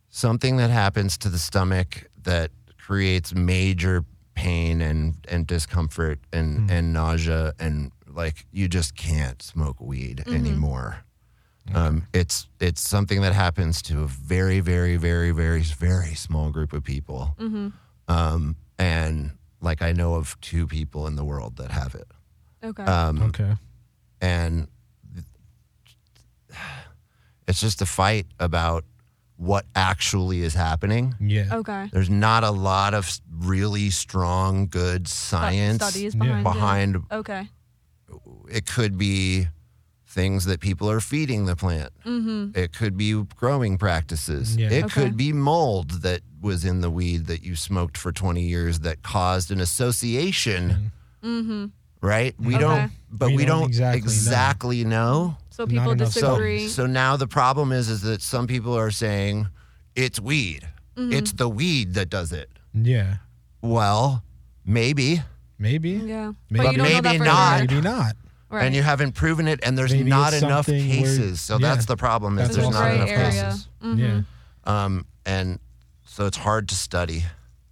[SPEAKER 4] something that happens to the stomach that creates major pain and, and discomfort and, and nausea and like you just can't smoke weed anymore. Um, it's it's something that happens to a very very very very very small group of people, um, and like I know of two people in the world that have it
[SPEAKER 3] okay.
[SPEAKER 4] Um,
[SPEAKER 2] okay,
[SPEAKER 4] and it's just a fight about what actually is happening.
[SPEAKER 2] yeah,
[SPEAKER 3] okay.
[SPEAKER 4] There's not a lot of s- really strong, good
[SPEAKER 3] Stu-
[SPEAKER 4] science
[SPEAKER 3] studies
[SPEAKER 2] Yeah.
[SPEAKER 3] behind,
[SPEAKER 4] behind.
[SPEAKER 3] It. Okay.
[SPEAKER 4] It could be things that people are feeding the plant. Mm-hmm. It could be growing practices.
[SPEAKER 2] Yeah.
[SPEAKER 4] It
[SPEAKER 3] Okay.
[SPEAKER 4] could be mold that was in the weed that you smoked for 20 years that caused an association.
[SPEAKER 3] Mm-hmm.
[SPEAKER 4] Right? We don't,
[SPEAKER 3] Okay.
[SPEAKER 4] but we,
[SPEAKER 2] We
[SPEAKER 4] don't,
[SPEAKER 2] don't exactly know.
[SPEAKER 4] exactly know.
[SPEAKER 3] So
[SPEAKER 2] Not
[SPEAKER 3] people
[SPEAKER 2] enough
[SPEAKER 3] disagree.
[SPEAKER 4] So now the problem is is that some people are saying it's weed.
[SPEAKER 3] Mm-hmm.
[SPEAKER 4] It's the weed that does it.
[SPEAKER 2] yeah,
[SPEAKER 4] Well, maybe.
[SPEAKER 2] maybe,
[SPEAKER 3] yeah.
[SPEAKER 2] Maybe-
[SPEAKER 3] but you don't know that
[SPEAKER 4] Maybe
[SPEAKER 3] for
[SPEAKER 4] not.
[SPEAKER 3] sure.
[SPEAKER 2] maybe not.
[SPEAKER 3] Right.
[SPEAKER 4] And you haven't proven it and there's
[SPEAKER 2] Maybe
[SPEAKER 4] not
[SPEAKER 2] it's
[SPEAKER 4] enough
[SPEAKER 2] something where-
[SPEAKER 4] cases. so
[SPEAKER 2] yeah.
[SPEAKER 4] that's the problem is
[SPEAKER 2] That's
[SPEAKER 4] there's
[SPEAKER 2] also
[SPEAKER 4] not
[SPEAKER 2] a
[SPEAKER 4] enough
[SPEAKER 2] gray
[SPEAKER 3] area. Mm-hmm.
[SPEAKER 4] cases.
[SPEAKER 2] Yeah,
[SPEAKER 4] Um and so it's hard to study.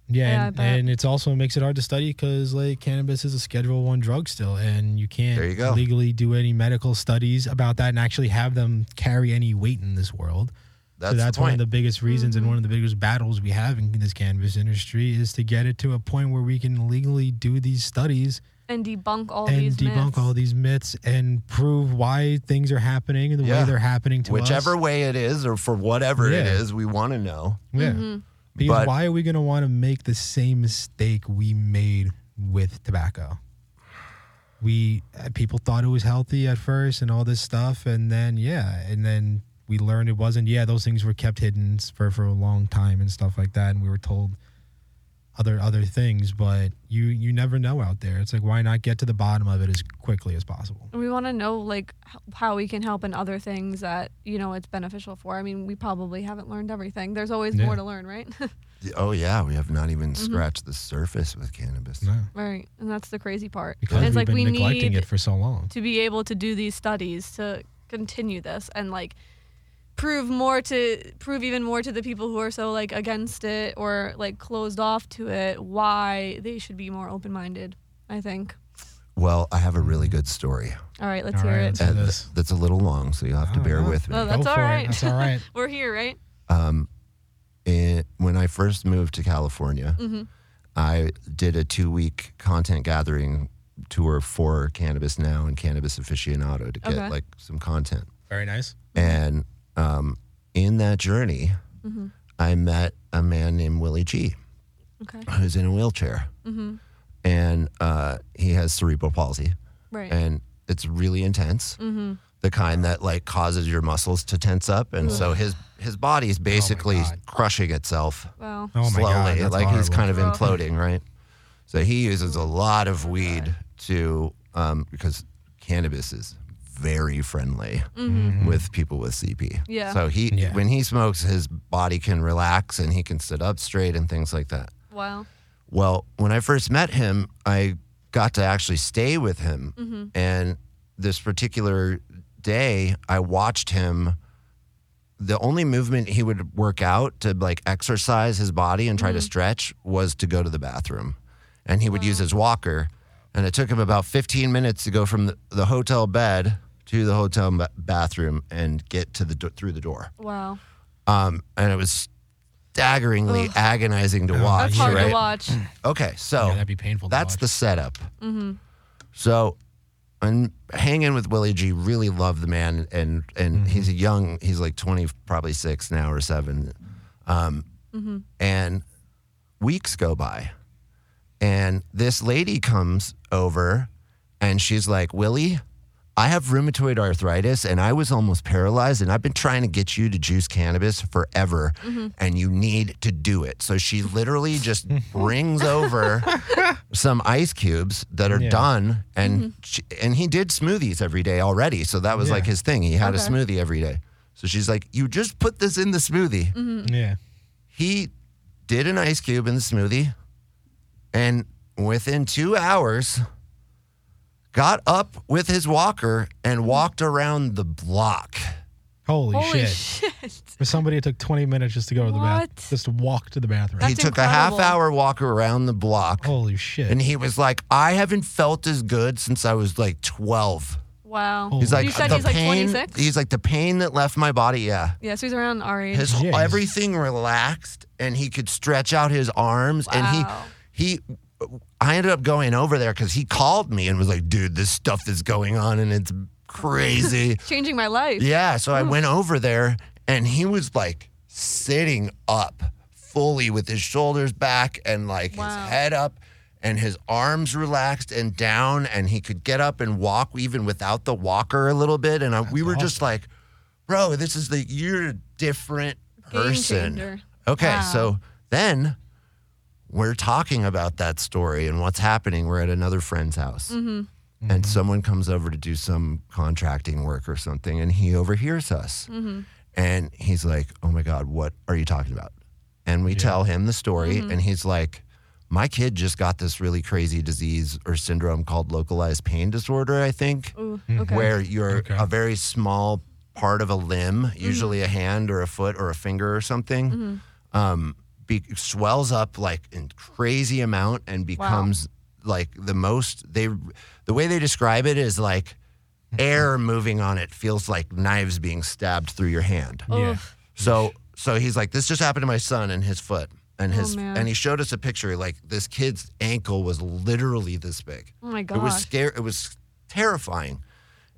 [SPEAKER 2] yeah,
[SPEAKER 3] Yeah, I
[SPEAKER 2] and,
[SPEAKER 3] bet.
[SPEAKER 2] and it's also makes it hard to study because like cannabis is a Schedule One drug still, and you can't
[SPEAKER 4] There you go.
[SPEAKER 2] legally do any medical studies about that and actually have them carry any weight in this world.
[SPEAKER 4] That's,
[SPEAKER 2] so that's
[SPEAKER 4] the point.
[SPEAKER 2] one of the biggest reasons and one
[SPEAKER 3] Mm-hmm.
[SPEAKER 2] of the biggest battles we have in this cannabis industry is to get it to a point where we can legally do these studies
[SPEAKER 3] and debunk all
[SPEAKER 2] and
[SPEAKER 3] these
[SPEAKER 2] debunk
[SPEAKER 3] myths.
[SPEAKER 2] all these myths and prove why things are happening the
[SPEAKER 4] Yeah.
[SPEAKER 2] way they're happening to
[SPEAKER 4] Whichever
[SPEAKER 2] us.
[SPEAKER 4] way it is or for whatever it
[SPEAKER 2] Yeah.
[SPEAKER 4] is, we want to know.
[SPEAKER 2] Yeah. Because
[SPEAKER 4] But-
[SPEAKER 2] why are we going to want to make the same mistake we made with tobacco? We uh, people thought it was healthy at first and all this stuff, and then yeah, and then we learned it wasn't. Yeah, those things were kept hidden for for a long time and stuff like that, and we were told other other things. But you you never know out there. It's like why not get to the bottom of it as quickly as possible?
[SPEAKER 3] We want to know like h- how we can help in other things that you know it's beneficial for. I mean, we probably haven't learned everything. There's always
[SPEAKER 2] Yeah.
[SPEAKER 3] more to learn, right? *laughs*
[SPEAKER 4] Oh yeah, we have
[SPEAKER 3] Mm-hmm.
[SPEAKER 4] not even scratched the surface with cannabis.
[SPEAKER 2] No,
[SPEAKER 3] right, and that's the crazy part.
[SPEAKER 2] because
[SPEAKER 3] it's
[SPEAKER 2] we've
[SPEAKER 3] like
[SPEAKER 2] been
[SPEAKER 3] we
[SPEAKER 2] neglecting
[SPEAKER 3] need
[SPEAKER 2] it for so long.
[SPEAKER 3] to be able to do these studies to continue this and like prove more to prove even more to the people who are so like against it or like closed off to it why they should be more open-minded. I think.
[SPEAKER 4] Well, I have a really good story.
[SPEAKER 3] All right, let's
[SPEAKER 2] All
[SPEAKER 3] hear
[SPEAKER 2] right,
[SPEAKER 3] it.
[SPEAKER 2] let's-
[SPEAKER 4] And
[SPEAKER 2] this.
[SPEAKER 4] that's a little long, so you'll have to
[SPEAKER 2] Oh,
[SPEAKER 4] bear
[SPEAKER 2] no.
[SPEAKER 4] with me.
[SPEAKER 3] Oh, that's
[SPEAKER 2] Go
[SPEAKER 3] all
[SPEAKER 2] for it.
[SPEAKER 3] right.
[SPEAKER 2] That's all right.
[SPEAKER 3] We're here, right?
[SPEAKER 4] um, it, when I first moved to California,
[SPEAKER 3] Mm-hmm.
[SPEAKER 4] I did a two week content gathering tour for Cannabis Now and Cannabis Aficionado to get
[SPEAKER 3] Okay. Mm-hmm.
[SPEAKER 4] like some content.
[SPEAKER 2] *laughs* Very nice.
[SPEAKER 4] And um, in that journey,
[SPEAKER 3] Mm-hmm.
[SPEAKER 4] I met a man named Willie G,
[SPEAKER 3] Okay.
[SPEAKER 4] who's in a wheelchair.
[SPEAKER 3] Mm-hmm.
[SPEAKER 4] And uh, he has cerebral palsy
[SPEAKER 3] Right. Mm-hmm.
[SPEAKER 4] and it's really intense. The kind that like causes your muscles to tense up, and so his his body's basically
[SPEAKER 2] God.
[SPEAKER 4] crushing itself
[SPEAKER 3] well,
[SPEAKER 2] Oh my
[SPEAKER 4] slowly.
[SPEAKER 2] god, that's
[SPEAKER 4] like he's
[SPEAKER 2] horrible.
[SPEAKER 4] kind of
[SPEAKER 3] Oh.
[SPEAKER 4] imploding, right? So he uses a lot of weed to um, because cannabis is very friendly with people with CP.
[SPEAKER 3] Yeah.
[SPEAKER 4] So he
[SPEAKER 2] Yeah.
[SPEAKER 4] when he smokes, his body can relax and he can sit up straight and things like that.
[SPEAKER 3] well.
[SPEAKER 4] Well, when I first met him, I got to actually stay with him.
[SPEAKER 3] Mm-hmm.
[SPEAKER 4] And this particular day, I watched him. The only movement he would work out to like exercise his body and try
[SPEAKER 3] Mm-hmm.
[SPEAKER 4] to stretch was to go to the bathroom. And he would use his walker. And it took him about 15 minutes to go from the, the hotel bed to the hotel ba- bathroom and get to the do- through the door.
[SPEAKER 3] Wow.
[SPEAKER 4] Um, and it was staggeringly
[SPEAKER 3] Ugh.
[SPEAKER 4] agonizing to watch.
[SPEAKER 3] That's hard
[SPEAKER 4] right?
[SPEAKER 3] to watch.
[SPEAKER 4] Okay, so
[SPEAKER 2] Yeah, that'd be painful. to
[SPEAKER 4] that's
[SPEAKER 2] watch.
[SPEAKER 4] the setup. So and hanging with Willie G. Really love the man, and and he's a young. He's like twenty, probably six now or seven. Um, And weeks go by, and this lady comes over, and she's like, Willie. I have rheumatoid arthritis and I was almost paralyzed and I've been trying to get you to juice cannabis forever and you need to do it. So she literally just brings over some ice cubes that are
[SPEAKER 2] Yeah.
[SPEAKER 4] done and
[SPEAKER 3] Mm-hmm.
[SPEAKER 4] she, and he did smoothies every day already so that was like his thing he had a
[SPEAKER 3] Okay.
[SPEAKER 4] smoothie every day so she's like you just put this in the smoothie
[SPEAKER 3] Mm-hmm.
[SPEAKER 2] Mm-hmm. Yeah.
[SPEAKER 4] he did an ice cube in the smoothie and within 2 hours got up with his walker
[SPEAKER 3] Mm-hmm.
[SPEAKER 4] and walked around the block
[SPEAKER 2] Holy,
[SPEAKER 3] Holy
[SPEAKER 2] shit.
[SPEAKER 3] *laughs* shit.
[SPEAKER 2] For somebody, it took 20 minutes just to go to the
[SPEAKER 3] What?
[SPEAKER 2] bathroom, just to walk to the bathroom.
[SPEAKER 3] That's
[SPEAKER 4] he took a half
[SPEAKER 3] incredible.
[SPEAKER 4] hour walk around the block
[SPEAKER 2] Holy shit.
[SPEAKER 4] and he was like i haven't felt as good since i was like 12
[SPEAKER 3] Wow.
[SPEAKER 2] He's
[SPEAKER 4] He's like
[SPEAKER 3] you said
[SPEAKER 4] the
[SPEAKER 3] he's like
[SPEAKER 4] pain.
[SPEAKER 3] 26?
[SPEAKER 4] he's like the pain that left my body. Yeah,
[SPEAKER 3] yeah, so he's around our age.
[SPEAKER 4] his
[SPEAKER 2] Jeez.
[SPEAKER 4] everything relaxed, and he could stretch out his arms, and
[SPEAKER 3] Wow.
[SPEAKER 4] he he. I ended up going over there because he called me and was like, "Dude, this stuff is going on, and it's crazy."
[SPEAKER 3] Changing my life.
[SPEAKER 4] yeah, so I went over there, and he was like sitting up fully with his shoulders back and like
[SPEAKER 3] Wow.
[SPEAKER 4] his head up. And his arms relaxed and down, and he could get up and walk even without the walker a little bit. And I, we were just like, bro, this is the you're a different
[SPEAKER 3] Game
[SPEAKER 4] person.
[SPEAKER 3] changer.
[SPEAKER 4] Okay,
[SPEAKER 3] Wow.
[SPEAKER 4] so then we're talking about that story and what's happening. We're at another friend's house, and someone comes over to do some contracting work or something, and he overhears us, and he's like, "Oh my god, what are you talking about?" And we tell him the story, and he's like. My kid just got this really crazy disease or syndrome called localized pain disorder, I think
[SPEAKER 3] Ooh, okay.
[SPEAKER 4] Mm-hmm. where you're
[SPEAKER 2] Okay.
[SPEAKER 4] a very small part of a limb,
[SPEAKER 3] Mm-hmm.
[SPEAKER 4] usually a hand or a foot or a finger or something,
[SPEAKER 3] Mm-hmm.
[SPEAKER 4] um, be- swells up like in crazy amount and becomes like the most they. The way they describe it is like air moving on it feels like knives being stabbed through your hand.
[SPEAKER 3] Oh.
[SPEAKER 2] yeah.
[SPEAKER 4] So so he's like, this just happened to my son and his foot. And his
[SPEAKER 3] Oh, man.
[SPEAKER 4] and he showed us a picture like this kid's ankle was literally this big.
[SPEAKER 3] Oh my
[SPEAKER 4] It was
[SPEAKER 3] gosh.
[SPEAKER 4] scare. It was terrifying.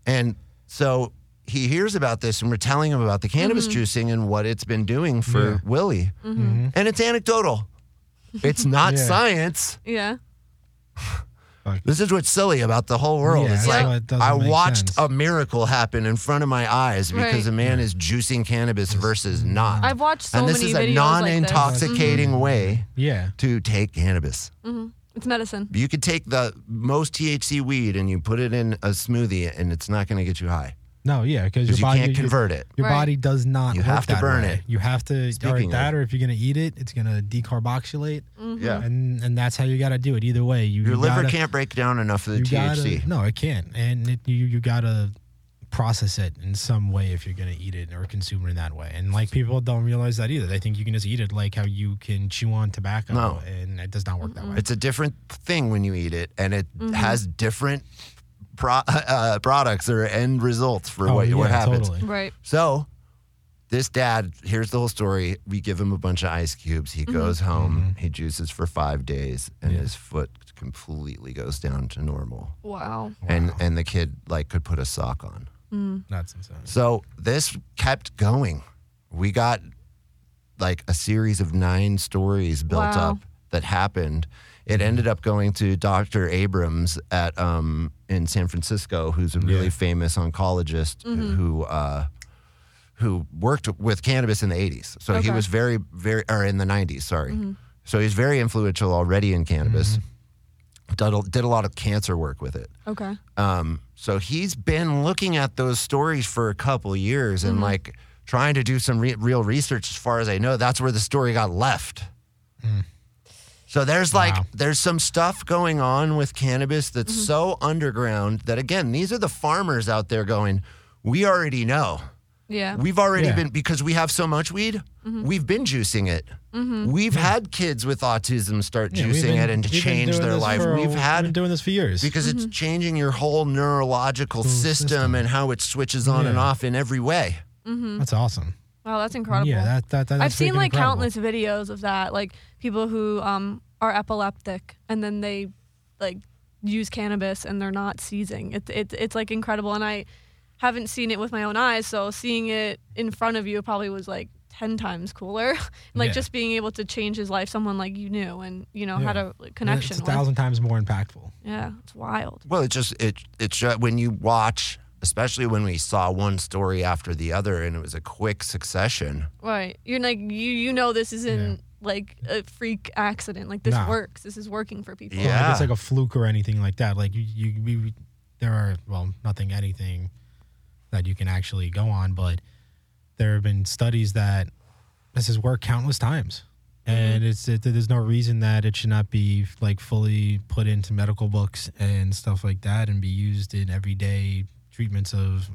[SPEAKER 4] And so he hears about this, and we're telling him about the cannabis
[SPEAKER 3] Mm-hmm.
[SPEAKER 4] juicing and what it's been doing for
[SPEAKER 2] Yeah.
[SPEAKER 4] Willie. And it's anecdotal. It's not
[SPEAKER 2] Yeah.
[SPEAKER 4] science.
[SPEAKER 3] Yeah.
[SPEAKER 4] Mm-hmm. This is what's silly about the whole world.
[SPEAKER 2] Yeah,
[SPEAKER 4] it's
[SPEAKER 2] so
[SPEAKER 4] like
[SPEAKER 2] it doesn't
[SPEAKER 4] I
[SPEAKER 2] make
[SPEAKER 4] watched
[SPEAKER 2] sense.
[SPEAKER 4] a miracle happen in front of my eyes because
[SPEAKER 3] Right.
[SPEAKER 4] a man is juicing cannabis versus not.
[SPEAKER 3] I've watched so
[SPEAKER 4] and this
[SPEAKER 3] many
[SPEAKER 4] is
[SPEAKER 3] videos
[SPEAKER 4] a
[SPEAKER 3] like this.
[SPEAKER 4] non-intoxicating
[SPEAKER 2] Mm-hmm.
[SPEAKER 4] way
[SPEAKER 2] Yeah.
[SPEAKER 4] to take cannabis.
[SPEAKER 3] It's medicine.
[SPEAKER 4] You could take the most THC weed and you put it in a smoothie, and it's not going to get you high.
[SPEAKER 2] No, yeah, because your
[SPEAKER 4] because you
[SPEAKER 2] body
[SPEAKER 4] can't convert it.
[SPEAKER 2] Your
[SPEAKER 3] Right.
[SPEAKER 2] body does not.
[SPEAKER 4] You
[SPEAKER 2] work
[SPEAKER 4] have to
[SPEAKER 2] that
[SPEAKER 4] burn
[SPEAKER 2] way.
[SPEAKER 4] it.
[SPEAKER 2] You have to or
[SPEAKER 4] Speaking of-
[SPEAKER 2] that, or if you're gonna eat it, it's gonna decarboxylate,
[SPEAKER 3] Mm-hmm.
[SPEAKER 4] Yeah.
[SPEAKER 2] and and that's how you gotta do it. Either way, you
[SPEAKER 4] Your
[SPEAKER 2] you
[SPEAKER 4] liver
[SPEAKER 2] gotta,
[SPEAKER 4] can't break down enough of the
[SPEAKER 2] you
[SPEAKER 4] THC.
[SPEAKER 2] gotta Mm-hmm. no, it can't, and it, you you gotta process it in some way if you're gonna eat it or consume it in that way. And like people don't realize that either. They think you can just eat it like how you can chew on tobacco,
[SPEAKER 4] No.
[SPEAKER 2] and it does not work that way.
[SPEAKER 4] It's a different thing when you eat it, and it has different pro- *laughs* uh, products or end results for
[SPEAKER 2] Oh,
[SPEAKER 4] what, what
[SPEAKER 2] yeah,
[SPEAKER 4] happens.
[SPEAKER 2] Totally.
[SPEAKER 3] Right.
[SPEAKER 4] So, this dad, here's the whole story. We give him a bunch of ice cubes. He goes
[SPEAKER 2] Mm-hmm.
[SPEAKER 4] home, he juices for five days, and his foot completely goes down to normal.
[SPEAKER 3] Wow.
[SPEAKER 4] And, and the kid like could put a sock on.
[SPEAKER 2] That's insane.
[SPEAKER 4] So this kept going. We got like a series of nine stories built
[SPEAKER 3] Wow.
[SPEAKER 4] up that happened. It ended up going to Dr. Abrams at um, in San Francisco, who's a really famous oncologist
[SPEAKER 3] Mm-hmm.
[SPEAKER 4] who uh, who worked with cannabis in the 80s. So he
[SPEAKER 3] Okay. Mm-hmm.
[SPEAKER 4] was very very or in the 90s, sorry. So he's very influential already in cannabis. Did, a, did a lot of cancer work with it.
[SPEAKER 3] Okay.
[SPEAKER 4] Um, so he's been looking at those stories for a couple years
[SPEAKER 2] Mm-hmm.
[SPEAKER 4] and like trying to do some re- real research. As far as I know, that's where the story got left. So there's like
[SPEAKER 2] Hmm. Wow. Mm-hmm.
[SPEAKER 4] there's some stuff going on with cannabis that's so underground that again, these are the farmers out there going, we already know.
[SPEAKER 3] Yeah.
[SPEAKER 4] We've already
[SPEAKER 2] Yeah. Mm-hmm.
[SPEAKER 4] been because we have so much weed. We've been juicing it. We've had kids with autism start
[SPEAKER 2] Yeah, we've
[SPEAKER 4] juicing
[SPEAKER 2] been-
[SPEAKER 4] it and
[SPEAKER 2] we've been
[SPEAKER 4] change
[SPEAKER 2] doing
[SPEAKER 4] their
[SPEAKER 2] this
[SPEAKER 4] life.
[SPEAKER 2] for-
[SPEAKER 4] We've had
[SPEAKER 2] been doing this for years.
[SPEAKER 4] because
[SPEAKER 3] Mm-hmm.
[SPEAKER 4] it's changing your whole neurological system, and how it switches on and
[SPEAKER 2] Yeah.
[SPEAKER 4] off in every way.
[SPEAKER 2] that's awesome.
[SPEAKER 3] Wow, that's incredible.
[SPEAKER 2] Yeah, that, that, that
[SPEAKER 3] I've
[SPEAKER 2] that's
[SPEAKER 3] seen
[SPEAKER 2] freaking
[SPEAKER 3] like
[SPEAKER 2] incredible.
[SPEAKER 3] countless videos of that, like people who um are epileptic and then they like use cannabis and they're not seizing. It, it, it's like incredible. And I haven't seen it with my own eyes. So seeing it in front of you probably was like 10 times cooler. *laughs* like
[SPEAKER 2] Yeah.
[SPEAKER 3] just being able to change his life, someone like you knew and, you know, had
[SPEAKER 2] Yeah.
[SPEAKER 3] a like, connection
[SPEAKER 2] It's a
[SPEAKER 3] with.
[SPEAKER 2] thousand times more impactful.
[SPEAKER 3] Yeah, it's wild.
[SPEAKER 4] Well, it just it it's just, when you watch, especially when we saw one story after the other, and it was a quick succession.
[SPEAKER 3] Right. You're like, you, you know, this isn't
[SPEAKER 2] Yeah.
[SPEAKER 3] like a freak accident. Like this
[SPEAKER 2] Nah.
[SPEAKER 3] works. This is working for people.
[SPEAKER 2] It's not
[SPEAKER 4] Yeah.
[SPEAKER 2] Like it's like a fluke or anything like that. Like you, you we, there are well, nothing, anything that you can actually go on, but there have been studies that this has worked countless times,
[SPEAKER 4] Mm-hmm.
[SPEAKER 2] and it's it, there's no reason that it should not be like fully put into medical books and stuff like that, and be used in everyday treatments of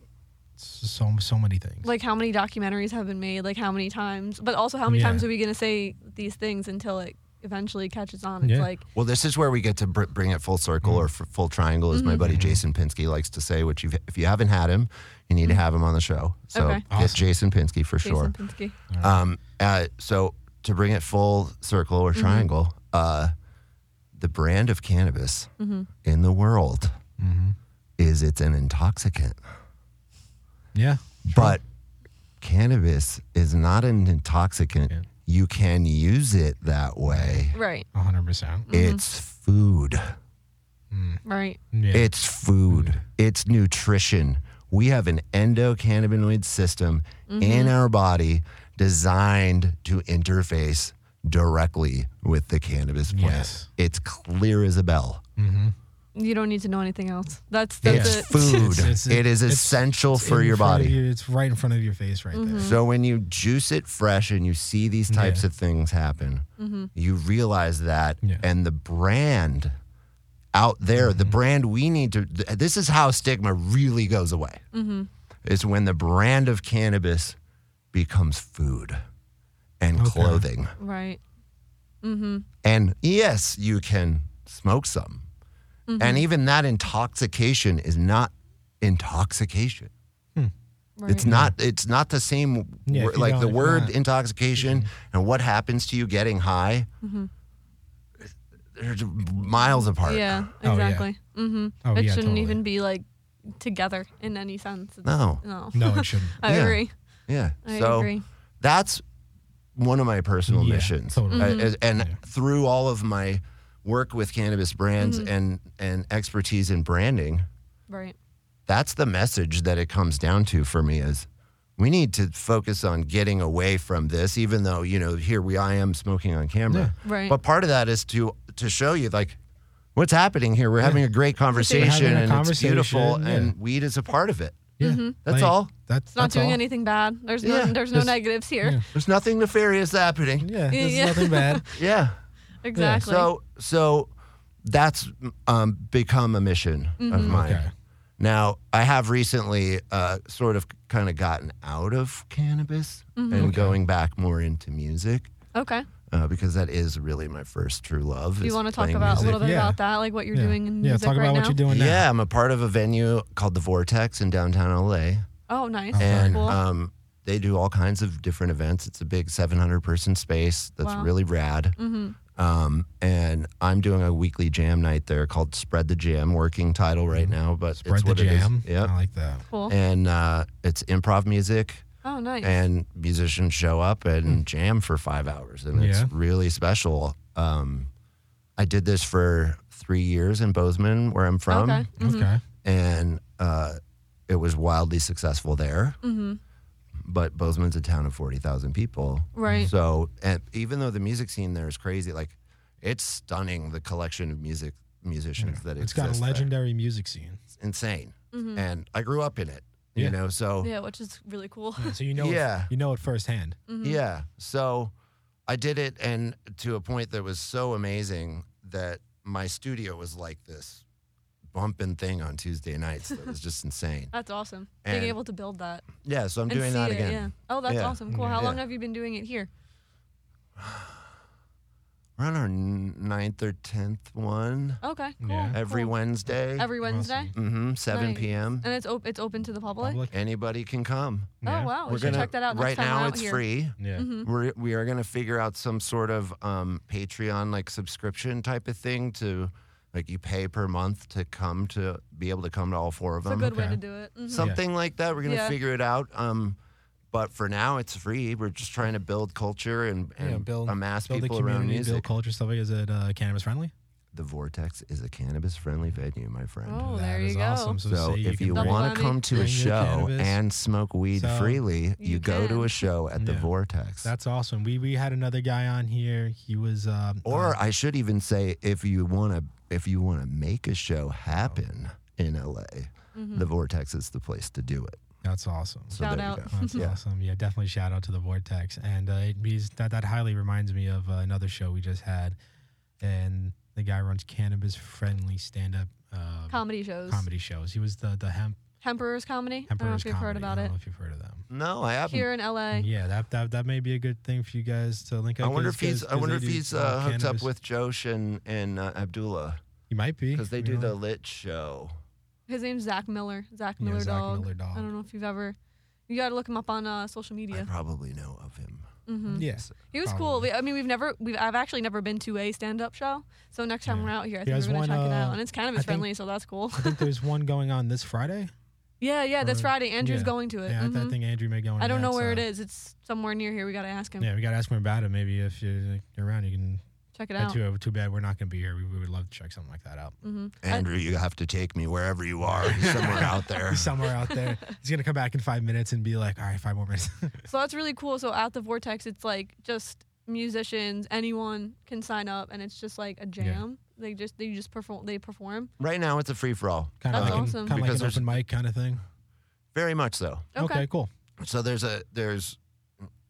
[SPEAKER 2] s- so so many things.
[SPEAKER 3] Like how many documentaries have been made, like how many times, but also how many
[SPEAKER 2] Yeah.
[SPEAKER 3] times are we going to say these things until it eventually catches on? It's
[SPEAKER 2] Yeah.
[SPEAKER 3] like,
[SPEAKER 4] Well, this is where we get to br- bring it full circle or f- full triangle, as my
[SPEAKER 3] Mm-hmm.
[SPEAKER 4] buddy Jason Pinsky likes to say. Which you've, if you haven't had him, you need to have him on the show. So
[SPEAKER 3] Mm. Okay.
[SPEAKER 4] get
[SPEAKER 2] Awesome.
[SPEAKER 4] Jason Pinsky for
[SPEAKER 3] Jason
[SPEAKER 4] sure.
[SPEAKER 3] Pinsky.
[SPEAKER 4] Um, uh, so to bring it full circle or triangle, uh, the brand of cannabis in the world is it's an intoxicant,
[SPEAKER 2] yeah,
[SPEAKER 4] but cannabis is not an intoxicant.
[SPEAKER 2] Yeah.
[SPEAKER 4] You can use it that way.
[SPEAKER 3] Right,
[SPEAKER 2] hundred percent.
[SPEAKER 4] It's food.
[SPEAKER 3] right.
[SPEAKER 2] Yeah.
[SPEAKER 4] It's food. It's nutrition. We have an endocannabinoid system
[SPEAKER 2] Mm-hmm.
[SPEAKER 4] in our body designed to interface directly with the cannabis plant.
[SPEAKER 2] Yes.
[SPEAKER 4] It's clear as a bell.
[SPEAKER 3] You don't need to know anything else. That's that's
[SPEAKER 4] It's
[SPEAKER 2] *laughs*
[SPEAKER 3] it.
[SPEAKER 2] It's-
[SPEAKER 4] food.
[SPEAKER 2] it's-
[SPEAKER 4] it is
[SPEAKER 2] it's-
[SPEAKER 4] essential for
[SPEAKER 2] in
[SPEAKER 4] your
[SPEAKER 2] front of
[SPEAKER 4] body.
[SPEAKER 2] you. it's right in front of your face, right
[SPEAKER 3] Mm-hmm.
[SPEAKER 2] there.
[SPEAKER 4] So when you juice it fresh and you see these types of things happen, you realize that,
[SPEAKER 2] Mm-hmm. Yeah. Mm-hmm.
[SPEAKER 4] and the brand out there, the brand we need to. th- This is how stigma really goes away.
[SPEAKER 2] Mm-hmm.
[SPEAKER 4] Is when the brand of cannabis becomes food and
[SPEAKER 2] Okay.
[SPEAKER 4] clothing,
[SPEAKER 3] Right.
[SPEAKER 4] and yes, you can smoke some,
[SPEAKER 2] Mm-hmm.
[SPEAKER 4] and even that intoxication is not intoxication.
[SPEAKER 3] Right.
[SPEAKER 4] It's not. It's not the same.
[SPEAKER 2] Yeah,
[SPEAKER 4] wor-
[SPEAKER 2] if you
[SPEAKER 4] like
[SPEAKER 2] don't-
[SPEAKER 4] the
[SPEAKER 2] if
[SPEAKER 4] word
[SPEAKER 2] not- Mm-hmm.
[SPEAKER 4] intoxication and what happens to you getting high.
[SPEAKER 3] Mm-hmm.
[SPEAKER 4] They're j- miles apart.
[SPEAKER 3] Yeah,
[SPEAKER 2] Oh, yeah.
[SPEAKER 3] exactly. Mm-hmm.
[SPEAKER 2] Oh,
[SPEAKER 3] it
[SPEAKER 2] yeah,
[SPEAKER 3] shouldn't
[SPEAKER 2] totally.
[SPEAKER 3] even be like together in any sense. It's-
[SPEAKER 4] No.
[SPEAKER 3] No.
[SPEAKER 2] No, it shouldn't.
[SPEAKER 3] *laughs* I
[SPEAKER 4] Yeah.
[SPEAKER 3] agree.
[SPEAKER 4] Yeah.
[SPEAKER 3] I
[SPEAKER 4] so
[SPEAKER 3] agree.
[SPEAKER 4] that's one of my personal
[SPEAKER 2] Yeah,
[SPEAKER 4] missions.
[SPEAKER 2] totally.
[SPEAKER 3] Mm-hmm.
[SPEAKER 4] I- as- and through all of my work with cannabis brands
[SPEAKER 3] Mm-hmm.
[SPEAKER 4] and and expertise in branding,
[SPEAKER 3] Right.
[SPEAKER 4] that's the message that it comes down to for me is we need to focus on getting away from this even though you know here we i am smoking on camera
[SPEAKER 3] Yeah. Right.
[SPEAKER 4] but part of that is to to show you like what's happening here we're having a great conversation
[SPEAKER 2] a
[SPEAKER 4] and it's beautiful
[SPEAKER 2] conversation,
[SPEAKER 4] and weed is a part of it
[SPEAKER 2] Yeah.
[SPEAKER 4] That's all.
[SPEAKER 2] That's
[SPEAKER 3] Mm-hmm. It's not
[SPEAKER 2] that's
[SPEAKER 3] doing
[SPEAKER 2] all.
[SPEAKER 3] anything bad. There's no
[SPEAKER 4] Yeah.
[SPEAKER 3] there's no
[SPEAKER 2] Just-
[SPEAKER 3] negatives here. *laughs*
[SPEAKER 2] yeah.
[SPEAKER 4] there's nothing nefarious happening
[SPEAKER 2] Yeah, there's
[SPEAKER 3] Yeah.
[SPEAKER 2] nothing bad.
[SPEAKER 3] *laughs*
[SPEAKER 4] yeah
[SPEAKER 3] Exactly.
[SPEAKER 4] so so that's um, become a mission of
[SPEAKER 3] Mm-hmm.
[SPEAKER 4] mine
[SPEAKER 2] Okay.
[SPEAKER 4] Now, I have recently uh, sort of kind of gotten out of cannabis
[SPEAKER 3] Mm-hmm.
[SPEAKER 4] and going back more into music
[SPEAKER 3] okay.
[SPEAKER 4] uh, because that is really my first true love.
[SPEAKER 3] Do you
[SPEAKER 4] is
[SPEAKER 3] want to talk
[SPEAKER 4] playing
[SPEAKER 3] about a
[SPEAKER 4] music.
[SPEAKER 3] little bit
[SPEAKER 2] Yeah.
[SPEAKER 3] about that, like what you're
[SPEAKER 2] yeah.
[SPEAKER 3] doing in
[SPEAKER 2] yeah,
[SPEAKER 3] music
[SPEAKER 2] talk
[SPEAKER 3] right
[SPEAKER 2] about
[SPEAKER 3] now?
[SPEAKER 2] what you're doing now.
[SPEAKER 4] Yeah, I'm a part of a venue called the Vortex in downtown LA,
[SPEAKER 3] Oh, nice.
[SPEAKER 4] and
[SPEAKER 3] cool.
[SPEAKER 2] Uh,
[SPEAKER 4] um, they do all kinds of different events. It's a big 700 person space that's
[SPEAKER 3] Wow. Mm-hmm.
[SPEAKER 4] really rad. Um, and I'm doing a weekly jam night there called Spread the Jam, working title right
[SPEAKER 3] Mm-hmm.
[SPEAKER 4] now, but
[SPEAKER 2] Spread
[SPEAKER 4] it's
[SPEAKER 2] the
[SPEAKER 4] what it is.
[SPEAKER 2] jam. Oh,
[SPEAKER 4] Yep.
[SPEAKER 2] I like that.
[SPEAKER 3] cool.
[SPEAKER 4] And uh, it's improv music.
[SPEAKER 3] oh, nice. Mm.
[SPEAKER 4] and musicians show up and jam for five hours and it's
[SPEAKER 2] Yeah.
[SPEAKER 4] really special um, i did this for three years in bozeman where i'm from
[SPEAKER 3] Okay. Mm-hmm.
[SPEAKER 2] Okay.
[SPEAKER 4] and uh, it was wildly successful there
[SPEAKER 3] Mm-hmm.
[SPEAKER 4] but bozeman's a town of 40000 people
[SPEAKER 3] Right.
[SPEAKER 4] so and even though the music scene there is crazy like it's stunning the collection of music musicians that
[SPEAKER 2] It's got a
[SPEAKER 4] exist there.
[SPEAKER 2] legendary music scene.
[SPEAKER 4] it's insane and i grew up in it
[SPEAKER 2] Yeah.
[SPEAKER 4] you know so
[SPEAKER 3] Mm-hmm. Mm. yeah, which is really cool.
[SPEAKER 4] Mm-hmm.
[SPEAKER 2] So you know
[SPEAKER 4] Yeah.
[SPEAKER 2] it, you know it firsthand.
[SPEAKER 3] Mm-hmm.
[SPEAKER 4] Yeah. So I did it and to a point that was so amazing that my studio was like this bumping thing on Tuesday nights that was
[SPEAKER 3] *laughs*
[SPEAKER 4] just insane.
[SPEAKER 3] *laughs* That's awesome.
[SPEAKER 4] And-
[SPEAKER 3] Being able to build that.
[SPEAKER 4] Yeah, so I'm doing
[SPEAKER 3] and see
[SPEAKER 4] that
[SPEAKER 3] it,
[SPEAKER 4] again.
[SPEAKER 3] Yeah. Oh, that's
[SPEAKER 4] Yeah.
[SPEAKER 3] awesome. Cool.
[SPEAKER 2] Yeah.
[SPEAKER 3] How long
[SPEAKER 4] Yeah.
[SPEAKER 3] have you been doing it here?
[SPEAKER 4] We're on our n- ninth or tenth one
[SPEAKER 3] Okay. Cool.
[SPEAKER 2] Yeah.
[SPEAKER 4] every
[SPEAKER 3] cool.
[SPEAKER 4] Wednesday.
[SPEAKER 3] Every Wednesday.
[SPEAKER 4] mm-hmm, 7
[SPEAKER 3] Nice.
[SPEAKER 4] p.m.
[SPEAKER 3] And it's op- it's open to the public.
[SPEAKER 2] Public.
[SPEAKER 4] Anybody can come.
[SPEAKER 2] Yeah.
[SPEAKER 3] Oh wow, we
[SPEAKER 4] We're
[SPEAKER 3] should
[SPEAKER 4] gonna
[SPEAKER 3] check that out next
[SPEAKER 4] right
[SPEAKER 3] time
[SPEAKER 4] now.
[SPEAKER 3] we're out
[SPEAKER 4] it's
[SPEAKER 3] here.
[SPEAKER 4] free.
[SPEAKER 2] Yeah.
[SPEAKER 3] Mm-hmm.
[SPEAKER 4] We're, we are going to figure out some sort of um, Patreon like subscription type of thing to Like you pay per month to come to be able to come to all four of
[SPEAKER 3] It's a
[SPEAKER 4] them.
[SPEAKER 3] good way
[SPEAKER 2] Okay.
[SPEAKER 3] to do it. Mhm.
[SPEAKER 4] Something like that. We're gonna
[SPEAKER 3] Yeah.
[SPEAKER 4] figure it out. Um, but for now, it's free. We're just trying to build culture and, and
[SPEAKER 2] yeah, build
[SPEAKER 4] amass
[SPEAKER 2] build
[SPEAKER 4] people
[SPEAKER 2] a community,
[SPEAKER 4] around
[SPEAKER 2] build
[SPEAKER 4] music.
[SPEAKER 2] culture stuff. Is it uh, cannabis friendly?
[SPEAKER 4] the Vortex is a cannabis-friendly venue, my friend.
[SPEAKER 3] Oh,
[SPEAKER 2] That
[SPEAKER 3] there you
[SPEAKER 2] is
[SPEAKER 3] go.
[SPEAKER 2] awesome. So,
[SPEAKER 4] So
[SPEAKER 2] say
[SPEAKER 4] if
[SPEAKER 2] can
[SPEAKER 4] you
[SPEAKER 2] bring-
[SPEAKER 3] double
[SPEAKER 4] want
[SPEAKER 3] whammy.
[SPEAKER 4] to come to a
[SPEAKER 2] Bring your
[SPEAKER 4] show
[SPEAKER 2] cannabis.
[SPEAKER 4] and smoke weed
[SPEAKER 2] So-
[SPEAKER 4] freely, you,
[SPEAKER 3] You
[SPEAKER 4] go to
[SPEAKER 3] can.
[SPEAKER 4] a show at the
[SPEAKER 2] Yeah.
[SPEAKER 4] Vortex.
[SPEAKER 2] that's awesome. We we had another guy on here. He was um,
[SPEAKER 4] or
[SPEAKER 2] uh,
[SPEAKER 4] I should even say, if you want to, if you want to make a show happen in LA, the Vortex is the place to do it.
[SPEAKER 2] that's awesome.
[SPEAKER 4] So
[SPEAKER 3] Mm-hmm. Shout
[SPEAKER 4] there
[SPEAKER 3] out.
[SPEAKER 4] you go.
[SPEAKER 3] *laughs*
[SPEAKER 2] That's
[SPEAKER 4] Yeah.
[SPEAKER 2] awesome. Yeah, definitely shout out to the Vortex. And uh, it means that that highly reminds me of uh, another show we just had, and the guy runs cannabis friendly stand up uh,
[SPEAKER 3] Comedy shows.
[SPEAKER 2] comedy shows. He was the the hemp
[SPEAKER 3] Hemperor's comedy. I don't know
[SPEAKER 2] Emperor's
[SPEAKER 3] if you've
[SPEAKER 2] comedy.
[SPEAKER 3] heard about
[SPEAKER 2] I don't
[SPEAKER 3] it.
[SPEAKER 2] know if you've heard of them.
[SPEAKER 4] No, I haven't.
[SPEAKER 3] Here in LA.
[SPEAKER 2] Yeah, that, that that may be a good thing for you guys to link
[SPEAKER 4] I
[SPEAKER 2] up.
[SPEAKER 4] wonder
[SPEAKER 2] 'cause-
[SPEAKER 4] if he's.
[SPEAKER 2] 'cause-
[SPEAKER 4] I
[SPEAKER 2] 'cause
[SPEAKER 4] wonder if
[SPEAKER 2] they do,
[SPEAKER 4] he's
[SPEAKER 2] uh,
[SPEAKER 4] uh, hooked up
[SPEAKER 2] cannabis.
[SPEAKER 4] with Josh and and uh, Abdullah
[SPEAKER 2] He might be
[SPEAKER 4] because they
[SPEAKER 2] we
[SPEAKER 4] do
[SPEAKER 2] don't
[SPEAKER 4] the
[SPEAKER 2] know.
[SPEAKER 4] Lit Show.
[SPEAKER 3] His name's Zach Miller. Zach
[SPEAKER 2] Yeah,
[SPEAKER 3] Miller
[SPEAKER 2] Zach
[SPEAKER 3] Dog.
[SPEAKER 2] Miller Dog.
[SPEAKER 3] I don't know if you've ever. You gotta look him up on uh, social
[SPEAKER 4] I
[SPEAKER 3] media.
[SPEAKER 4] probably know of him.
[SPEAKER 3] hmm
[SPEAKER 2] yeah.
[SPEAKER 3] He was cool.
[SPEAKER 2] Probably.
[SPEAKER 3] We, I mean, we've never, we've, I've actually never been to a stand-up show. So next time
[SPEAKER 2] Yeah.
[SPEAKER 3] we're out here, I think
[SPEAKER 2] There's
[SPEAKER 3] we're gonna
[SPEAKER 2] one,
[SPEAKER 3] check it
[SPEAKER 2] uh,
[SPEAKER 3] out. And it's
[SPEAKER 2] I
[SPEAKER 3] cannabis
[SPEAKER 2] think-
[SPEAKER 3] friendly, so
[SPEAKER 2] *laughs*
[SPEAKER 3] that's cool. *laughs*
[SPEAKER 2] I think there's one going on this Friday.
[SPEAKER 3] yeah, yeah, that's
[SPEAKER 2] or-
[SPEAKER 3] Friday. Andrew's
[SPEAKER 2] yeah.
[SPEAKER 3] going to it.
[SPEAKER 2] Yeah, I, th- I
[SPEAKER 3] Mhm.
[SPEAKER 2] think Andrew may go. on
[SPEAKER 3] I don't
[SPEAKER 2] that,
[SPEAKER 3] know where it
[SPEAKER 2] so-
[SPEAKER 3] is. It's somewhere near here. We gotta ask him.
[SPEAKER 2] uh, Yeah, we gotta ask more about it. Maybe if you're, you're around, you can.
[SPEAKER 3] Check it
[SPEAKER 2] Yeah,
[SPEAKER 3] out. Mm-hmm.
[SPEAKER 2] Too, too bad we're not gonna be here. We, we would love to check something like that out.
[SPEAKER 4] Andrew, you have to take me wherever you are, somewhere out
[SPEAKER 2] *laughs*
[SPEAKER 4] there.
[SPEAKER 2] He's somewhere out
[SPEAKER 3] *laughs*
[SPEAKER 2] there. He's gonna come back in five minutes and be like, "All right, five more minutes." *laughs*
[SPEAKER 3] So that's really cool. So at the Vortex, it's like just musicians, anyone can sign up, and it's just like a jam. They just they just perform. They perform.
[SPEAKER 4] Right now, it's a free for all.
[SPEAKER 2] kind of
[SPEAKER 3] That's
[SPEAKER 2] like
[SPEAKER 3] awesome.
[SPEAKER 2] an, kind of like
[SPEAKER 4] Because
[SPEAKER 2] an
[SPEAKER 4] there's-
[SPEAKER 2] open mic kind of thing.
[SPEAKER 4] Very much so.
[SPEAKER 3] Okay.
[SPEAKER 2] cool.
[SPEAKER 4] So there's a there's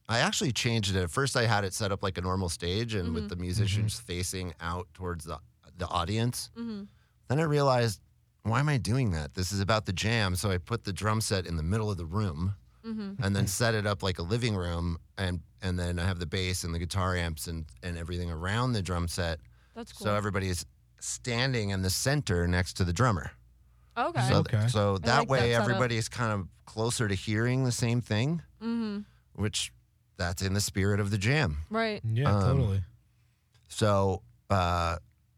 [SPEAKER 4] I actually changed it. At first I had it set up like a normal stage and with the musicians
[SPEAKER 2] Mm-hmm.
[SPEAKER 4] facing out towards the the audience.
[SPEAKER 3] Mhm.
[SPEAKER 4] Then I realized why am I doing that? This is about the jam. So I put the drum set in the middle of the room
[SPEAKER 3] Mm-hmm.
[SPEAKER 4] and then
[SPEAKER 2] Mm-hmm.
[SPEAKER 4] set it up like a living room and and then I have the bass and the guitar amps and and everything around the drum set.
[SPEAKER 3] That's cool.
[SPEAKER 4] So everybody is standing in the center next to the drummer.
[SPEAKER 3] okay.
[SPEAKER 4] So,
[SPEAKER 2] Okay.
[SPEAKER 4] so that
[SPEAKER 3] like that
[SPEAKER 4] way,
[SPEAKER 3] setup.
[SPEAKER 4] everybody's kind of closer to hearing the same thing,
[SPEAKER 3] Mm-hmm.
[SPEAKER 4] which that's in the spirit of the jam.
[SPEAKER 3] right.
[SPEAKER 2] Yeah,
[SPEAKER 4] Um,
[SPEAKER 2] totally.
[SPEAKER 4] So, uh,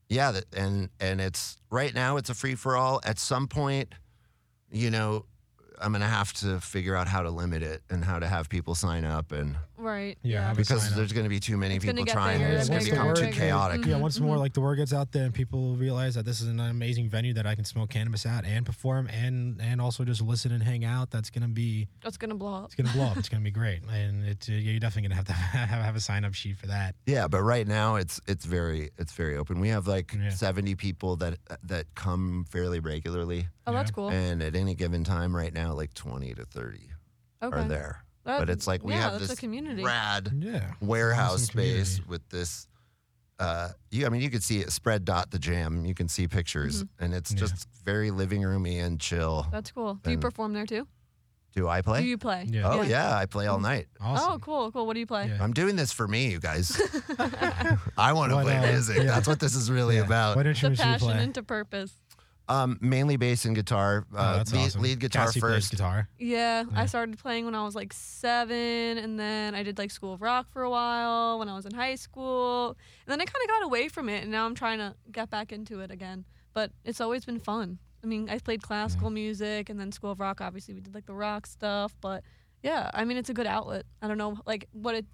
[SPEAKER 4] yeah, that, and and it's right now it's a free for all. At some point, you know, I'm gonna have to figure out how to limit it and how to have people sign up, and
[SPEAKER 3] Right.
[SPEAKER 2] Yeah, have a sign
[SPEAKER 4] because
[SPEAKER 2] up.
[SPEAKER 4] there's gonna be too many
[SPEAKER 3] It's gonna
[SPEAKER 4] people
[SPEAKER 3] get
[SPEAKER 4] trying,
[SPEAKER 3] bigger Mm-hmm.
[SPEAKER 4] and it's
[SPEAKER 2] and
[SPEAKER 4] gonna
[SPEAKER 2] bigger
[SPEAKER 4] become
[SPEAKER 2] and
[SPEAKER 4] too
[SPEAKER 2] bigger.
[SPEAKER 4] chaotic.
[SPEAKER 3] mhm,
[SPEAKER 2] Yeah, once more, like the word gets out there, and people realize that this is an amazing venue that I can smoke cannabis at and perform, and and also just listen and hang out. That's gonna be
[SPEAKER 3] That's gonna blow up.
[SPEAKER 2] it's gonna blow up. It's gonna be great, and it's you're definitely gonna have to *laughs* have, have a sign up sheet for that.
[SPEAKER 4] Yeah, but right now it's it's very it's very open. We have like
[SPEAKER 2] Yeah.
[SPEAKER 4] 70 people that that come fairly regularly.
[SPEAKER 3] Oh, that's
[SPEAKER 2] Yeah.
[SPEAKER 3] cool.
[SPEAKER 4] And at any given time right now, like 20 to 30
[SPEAKER 3] okay.
[SPEAKER 4] are there.
[SPEAKER 3] That-
[SPEAKER 4] but it's like we
[SPEAKER 3] yeah,
[SPEAKER 4] have
[SPEAKER 3] that's
[SPEAKER 4] this
[SPEAKER 3] a community.
[SPEAKER 4] rad
[SPEAKER 2] Yeah,
[SPEAKER 4] warehouse
[SPEAKER 2] Awesome community.
[SPEAKER 4] space with this. Uh, you, I mean, you can see it spread dot the jam. You can see pictures, and it's
[SPEAKER 2] Yeah.
[SPEAKER 4] just very living roomy and chill.
[SPEAKER 3] Mm-hmm. That's cool. Do you
[SPEAKER 4] And-
[SPEAKER 3] perform there too?
[SPEAKER 4] Do I play?
[SPEAKER 3] Do you play?
[SPEAKER 2] Yeah.
[SPEAKER 4] oh yeah. I play all night.
[SPEAKER 2] awesome.
[SPEAKER 3] Oh, cool, cool. What do you play?
[SPEAKER 2] Yeah.
[SPEAKER 4] I'm doing this for me,
[SPEAKER 3] *laughs*
[SPEAKER 4] you guys. I want to
[SPEAKER 2] What,
[SPEAKER 4] play
[SPEAKER 2] uh,
[SPEAKER 4] music.
[SPEAKER 2] yeah.
[SPEAKER 4] That's what this is really
[SPEAKER 2] Yeah.
[SPEAKER 4] about.
[SPEAKER 2] What
[SPEAKER 3] The
[SPEAKER 2] instruments do you
[SPEAKER 3] passion
[SPEAKER 2] play?
[SPEAKER 3] into purpose.
[SPEAKER 4] Um, mainly bass and guitar.
[SPEAKER 2] Oh,
[SPEAKER 4] Uh,
[SPEAKER 2] that's
[SPEAKER 4] lead,
[SPEAKER 2] awesome.
[SPEAKER 4] lead guitar
[SPEAKER 2] Cassie plays
[SPEAKER 4] first.
[SPEAKER 2] guitar.
[SPEAKER 3] Yeah, I started playing when I was like seven, and then I did like School of Rock for a while when I was in high school. And then I kind of got away from it, and now I'm trying to get back into it again. But it's always been fun. I mean, I played classical music, and then School of Rock, obviously, we did like the rock stuff. But yeah, I mean, it's a good outlet. I don't know, like, what it.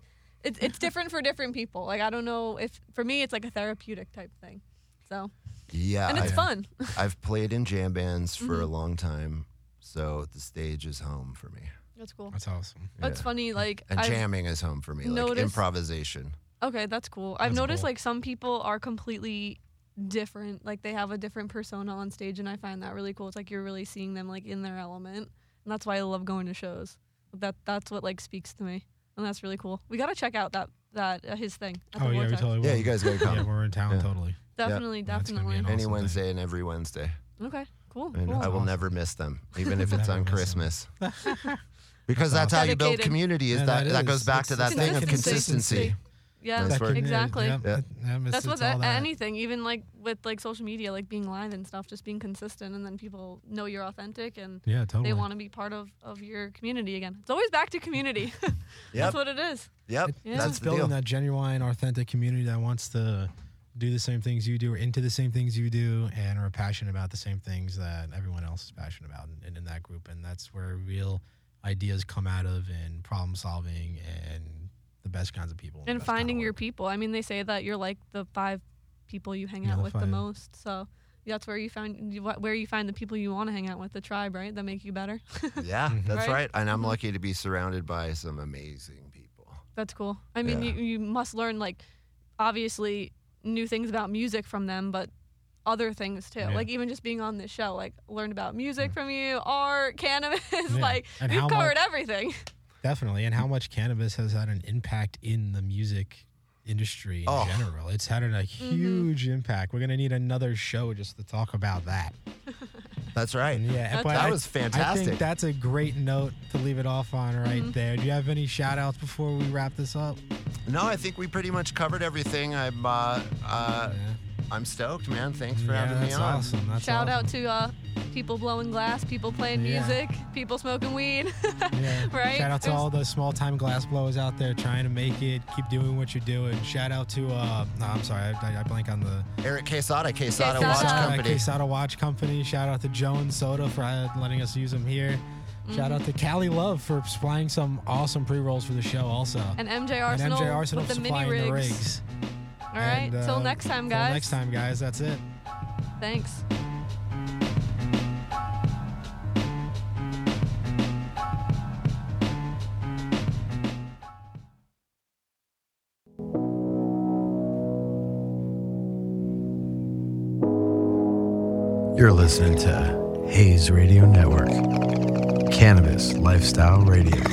[SPEAKER 3] It's,
[SPEAKER 4] *laughs*
[SPEAKER 3] it's different for different people. Like, I don't know if, for me, it's like a therapeutic type thing. So,
[SPEAKER 4] Yeah,
[SPEAKER 3] and it's
[SPEAKER 4] I-
[SPEAKER 3] fun. Mm-hmm.
[SPEAKER 4] I've played in jam bands for a long time, so the stage is home for me,
[SPEAKER 3] That's cool.
[SPEAKER 2] That's awesome.
[SPEAKER 3] That's
[SPEAKER 4] yeah.
[SPEAKER 3] funny. Like,
[SPEAKER 4] and
[SPEAKER 3] I've-
[SPEAKER 4] jamming is home for me. Like
[SPEAKER 3] noticed-
[SPEAKER 4] improvisation.
[SPEAKER 3] Okay, that's cool. I've
[SPEAKER 2] That's
[SPEAKER 3] noticed
[SPEAKER 2] cool.
[SPEAKER 3] like some people are completely different. Like they have a different persona on stage, and I find that really cool. It's like you're really seeing them like in their element, and that's why I love going to shows. That that's what like speaks to me, and that's really cool. We gotta check out that that uh, his thing. At
[SPEAKER 2] Oh
[SPEAKER 3] the
[SPEAKER 2] yeah, we
[SPEAKER 3] Vortex.
[SPEAKER 2] totally.
[SPEAKER 4] Yeah,
[SPEAKER 2] will.
[SPEAKER 4] you guys gotta come.
[SPEAKER 2] Yeah, we're in town.
[SPEAKER 4] Yeah.
[SPEAKER 2] Totally.
[SPEAKER 3] definitely,
[SPEAKER 2] That's gonna be
[SPEAKER 3] definitely.
[SPEAKER 2] an
[SPEAKER 4] Any
[SPEAKER 2] Awesome
[SPEAKER 4] Wednesday and every Wednesday.
[SPEAKER 3] Okay, cool.
[SPEAKER 4] And
[SPEAKER 3] cool.
[SPEAKER 4] I will never miss them,
[SPEAKER 2] *laughs*
[SPEAKER 4] even if it's
[SPEAKER 2] Never
[SPEAKER 4] on
[SPEAKER 2] miss 'em.
[SPEAKER 4] Christmas. *laughs* because that's how you build
[SPEAKER 3] Dedicated.
[SPEAKER 4] community. Is
[SPEAKER 2] Yeah,
[SPEAKER 4] that
[SPEAKER 2] that
[SPEAKER 4] that
[SPEAKER 2] is.
[SPEAKER 4] goes back
[SPEAKER 2] It's-
[SPEAKER 4] to that
[SPEAKER 2] it's
[SPEAKER 4] thing of
[SPEAKER 3] consistency.
[SPEAKER 4] consistency.
[SPEAKER 3] Yeah,
[SPEAKER 4] That's where-
[SPEAKER 3] exactly.
[SPEAKER 2] Yep,
[SPEAKER 4] Yeah.
[SPEAKER 2] yep, it's-
[SPEAKER 3] That's
[SPEAKER 2] it's
[SPEAKER 3] with
[SPEAKER 2] all
[SPEAKER 3] a-
[SPEAKER 2] that.
[SPEAKER 3] anything, even like with like social media, like being live and stuff, just being consistent, and then people know you're authentic and
[SPEAKER 2] Yeah, totally.
[SPEAKER 3] they want to be part of, of your community again. It's always back to community. *laughs*
[SPEAKER 4] Yep.
[SPEAKER 3] That's what it is.
[SPEAKER 4] Yep,
[SPEAKER 3] Yeah.
[SPEAKER 4] that's
[SPEAKER 2] it's
[SPEAKER 4] the deal.
[SPEAKER 2] building that genuine, authentic community that wants to do the same things you do, are into the same things you do, and are passionate about the same things that everyone else is passionate about, and, and in that group, and that's where real ideas come out of, and problem solving, and the best kinds of people,
[SPEAKER 3] and finding your people. I mean, they say that you're like the five people you hang
[SPEAKER 2] Yeah,
[SPEAKER 3] out
[SPEAKER 2] the
[SPEAKER 3] with the
[SPEAKER 2] five.
[SPEAKER 3] most. So that's where you find you- wh- where you find the people you want to hang out with, the tribe, right? That make you better.
[SPEAKER 4] Yeah, that's
[SPEAKER 3] Mm-hmm. Right?
[SPEAKER 4] right. And I'm lucky to be surrounded by some amazing people.
[SPEAKER 3] that's cool. I mean,
[SPEAKER 4] Yeah.
[SPEAKER 3] you, you must learn like obviously new things about music from them, but other things too.
[SPEAKER 2] Yeah. Mm.
[SPEAKER 3] Like even just being on this show, like learned about music from you, art, cannabis, *laughs* like
[SPEAKER 2] And
[SPEAKER 3] we've
[SPEAKER 2] how
[SPEAKER 3] covered
[SPEAKER 2] much-
[SPEAKER 3] everything.
[SPEAKER 2] Definitely. And how much cannabis has had an impact in the music industry in
[SPEAKER 4] Oh.
[SPEAKER 2] general. It's had
[SPEAKER 3] Mm-hmm.
[SPEAKER 2] a huge impact. We're going to need another show just to talk about that.
[SPEAKER 4] That's right.
[SPEAKER 2] And yeah,
[SPEAKER 3] That's
[SPEAKER 2] but
[SPEAKER 4] That
[SPEAKER 2] I-
[SPEAKER 4] was
[SPEAKER 2] I
[SPEAKER 4] fantastic.
[SPEAKER 2] think that's a great note to leave it off on right
[SPEAKER 3] Mm-hmm.
[SPEAKER 2] there. Do you have any shout outs before we wrap this up?
[SPEAKER 4] No, I think we pretty much covered everything. I'm uh, uh, I'm stoked, man. Thanks for
[SPEAKER 2] yeah,
[SPEAKER 4] having me
[SPEAKER 2] that's
[SPEAKER 4] on.
[SPEAKER 2] awesome. That's
[SPEAKER 3] Shout
[SPEAKER 2] awesome.
[SPEAKER 3] out to uh, people blowing glass, people playing
[SPEAKER 2] Yeah.
[SPEAKER 3] music, people smoking weed. *laughs*
[SPEAKER 2] Yeah.
[SPEAKER 3] right?
[SPEAKER 2] Shout out to
[SPEAKER 3] There's-
[SPEAKER 2] all the small time glass blowers out there trying to make it. Keep doing what you're doing. Shout out to, uh, no, I'm sorry, I, I blank on the
[SPEAKER 4] Eric Quesada, Quesada Watch
[SPEAKER 3] Quesada.
[SPEAKER 2] Shout out
[SPEAKER 4] Company.
[SPEAKER 2] Quesada Watch Company. Shout out to Jones Soda for uh, letting us use them here. Shout
[SPEAKER 3] Mm-hmm.
[SPEAKER 2] out to Cali Love for supplying some awesome pre rolls for the show, also.
[SPEAKER 3] and MJ
[SPEAKER 2] And
[SPEAKER 3] Arsenal,
[SPEAKER 2] MJ Arsenal
[SPEAKER 3] with the mini
[SPEAKER 2] supplying
[SPEAKER 3] rigs.
[SPEAKER 2] the rigs. uh,
[SPEAKER 3] All right, till next time, guys.
[SPEAKER 2] Till next time, guys. That's it.
[SPEAKER 3] Thanks.
[SPEAKER 1] You're listening to Hayes Radio Network, Cannabis Lifestyle Radio.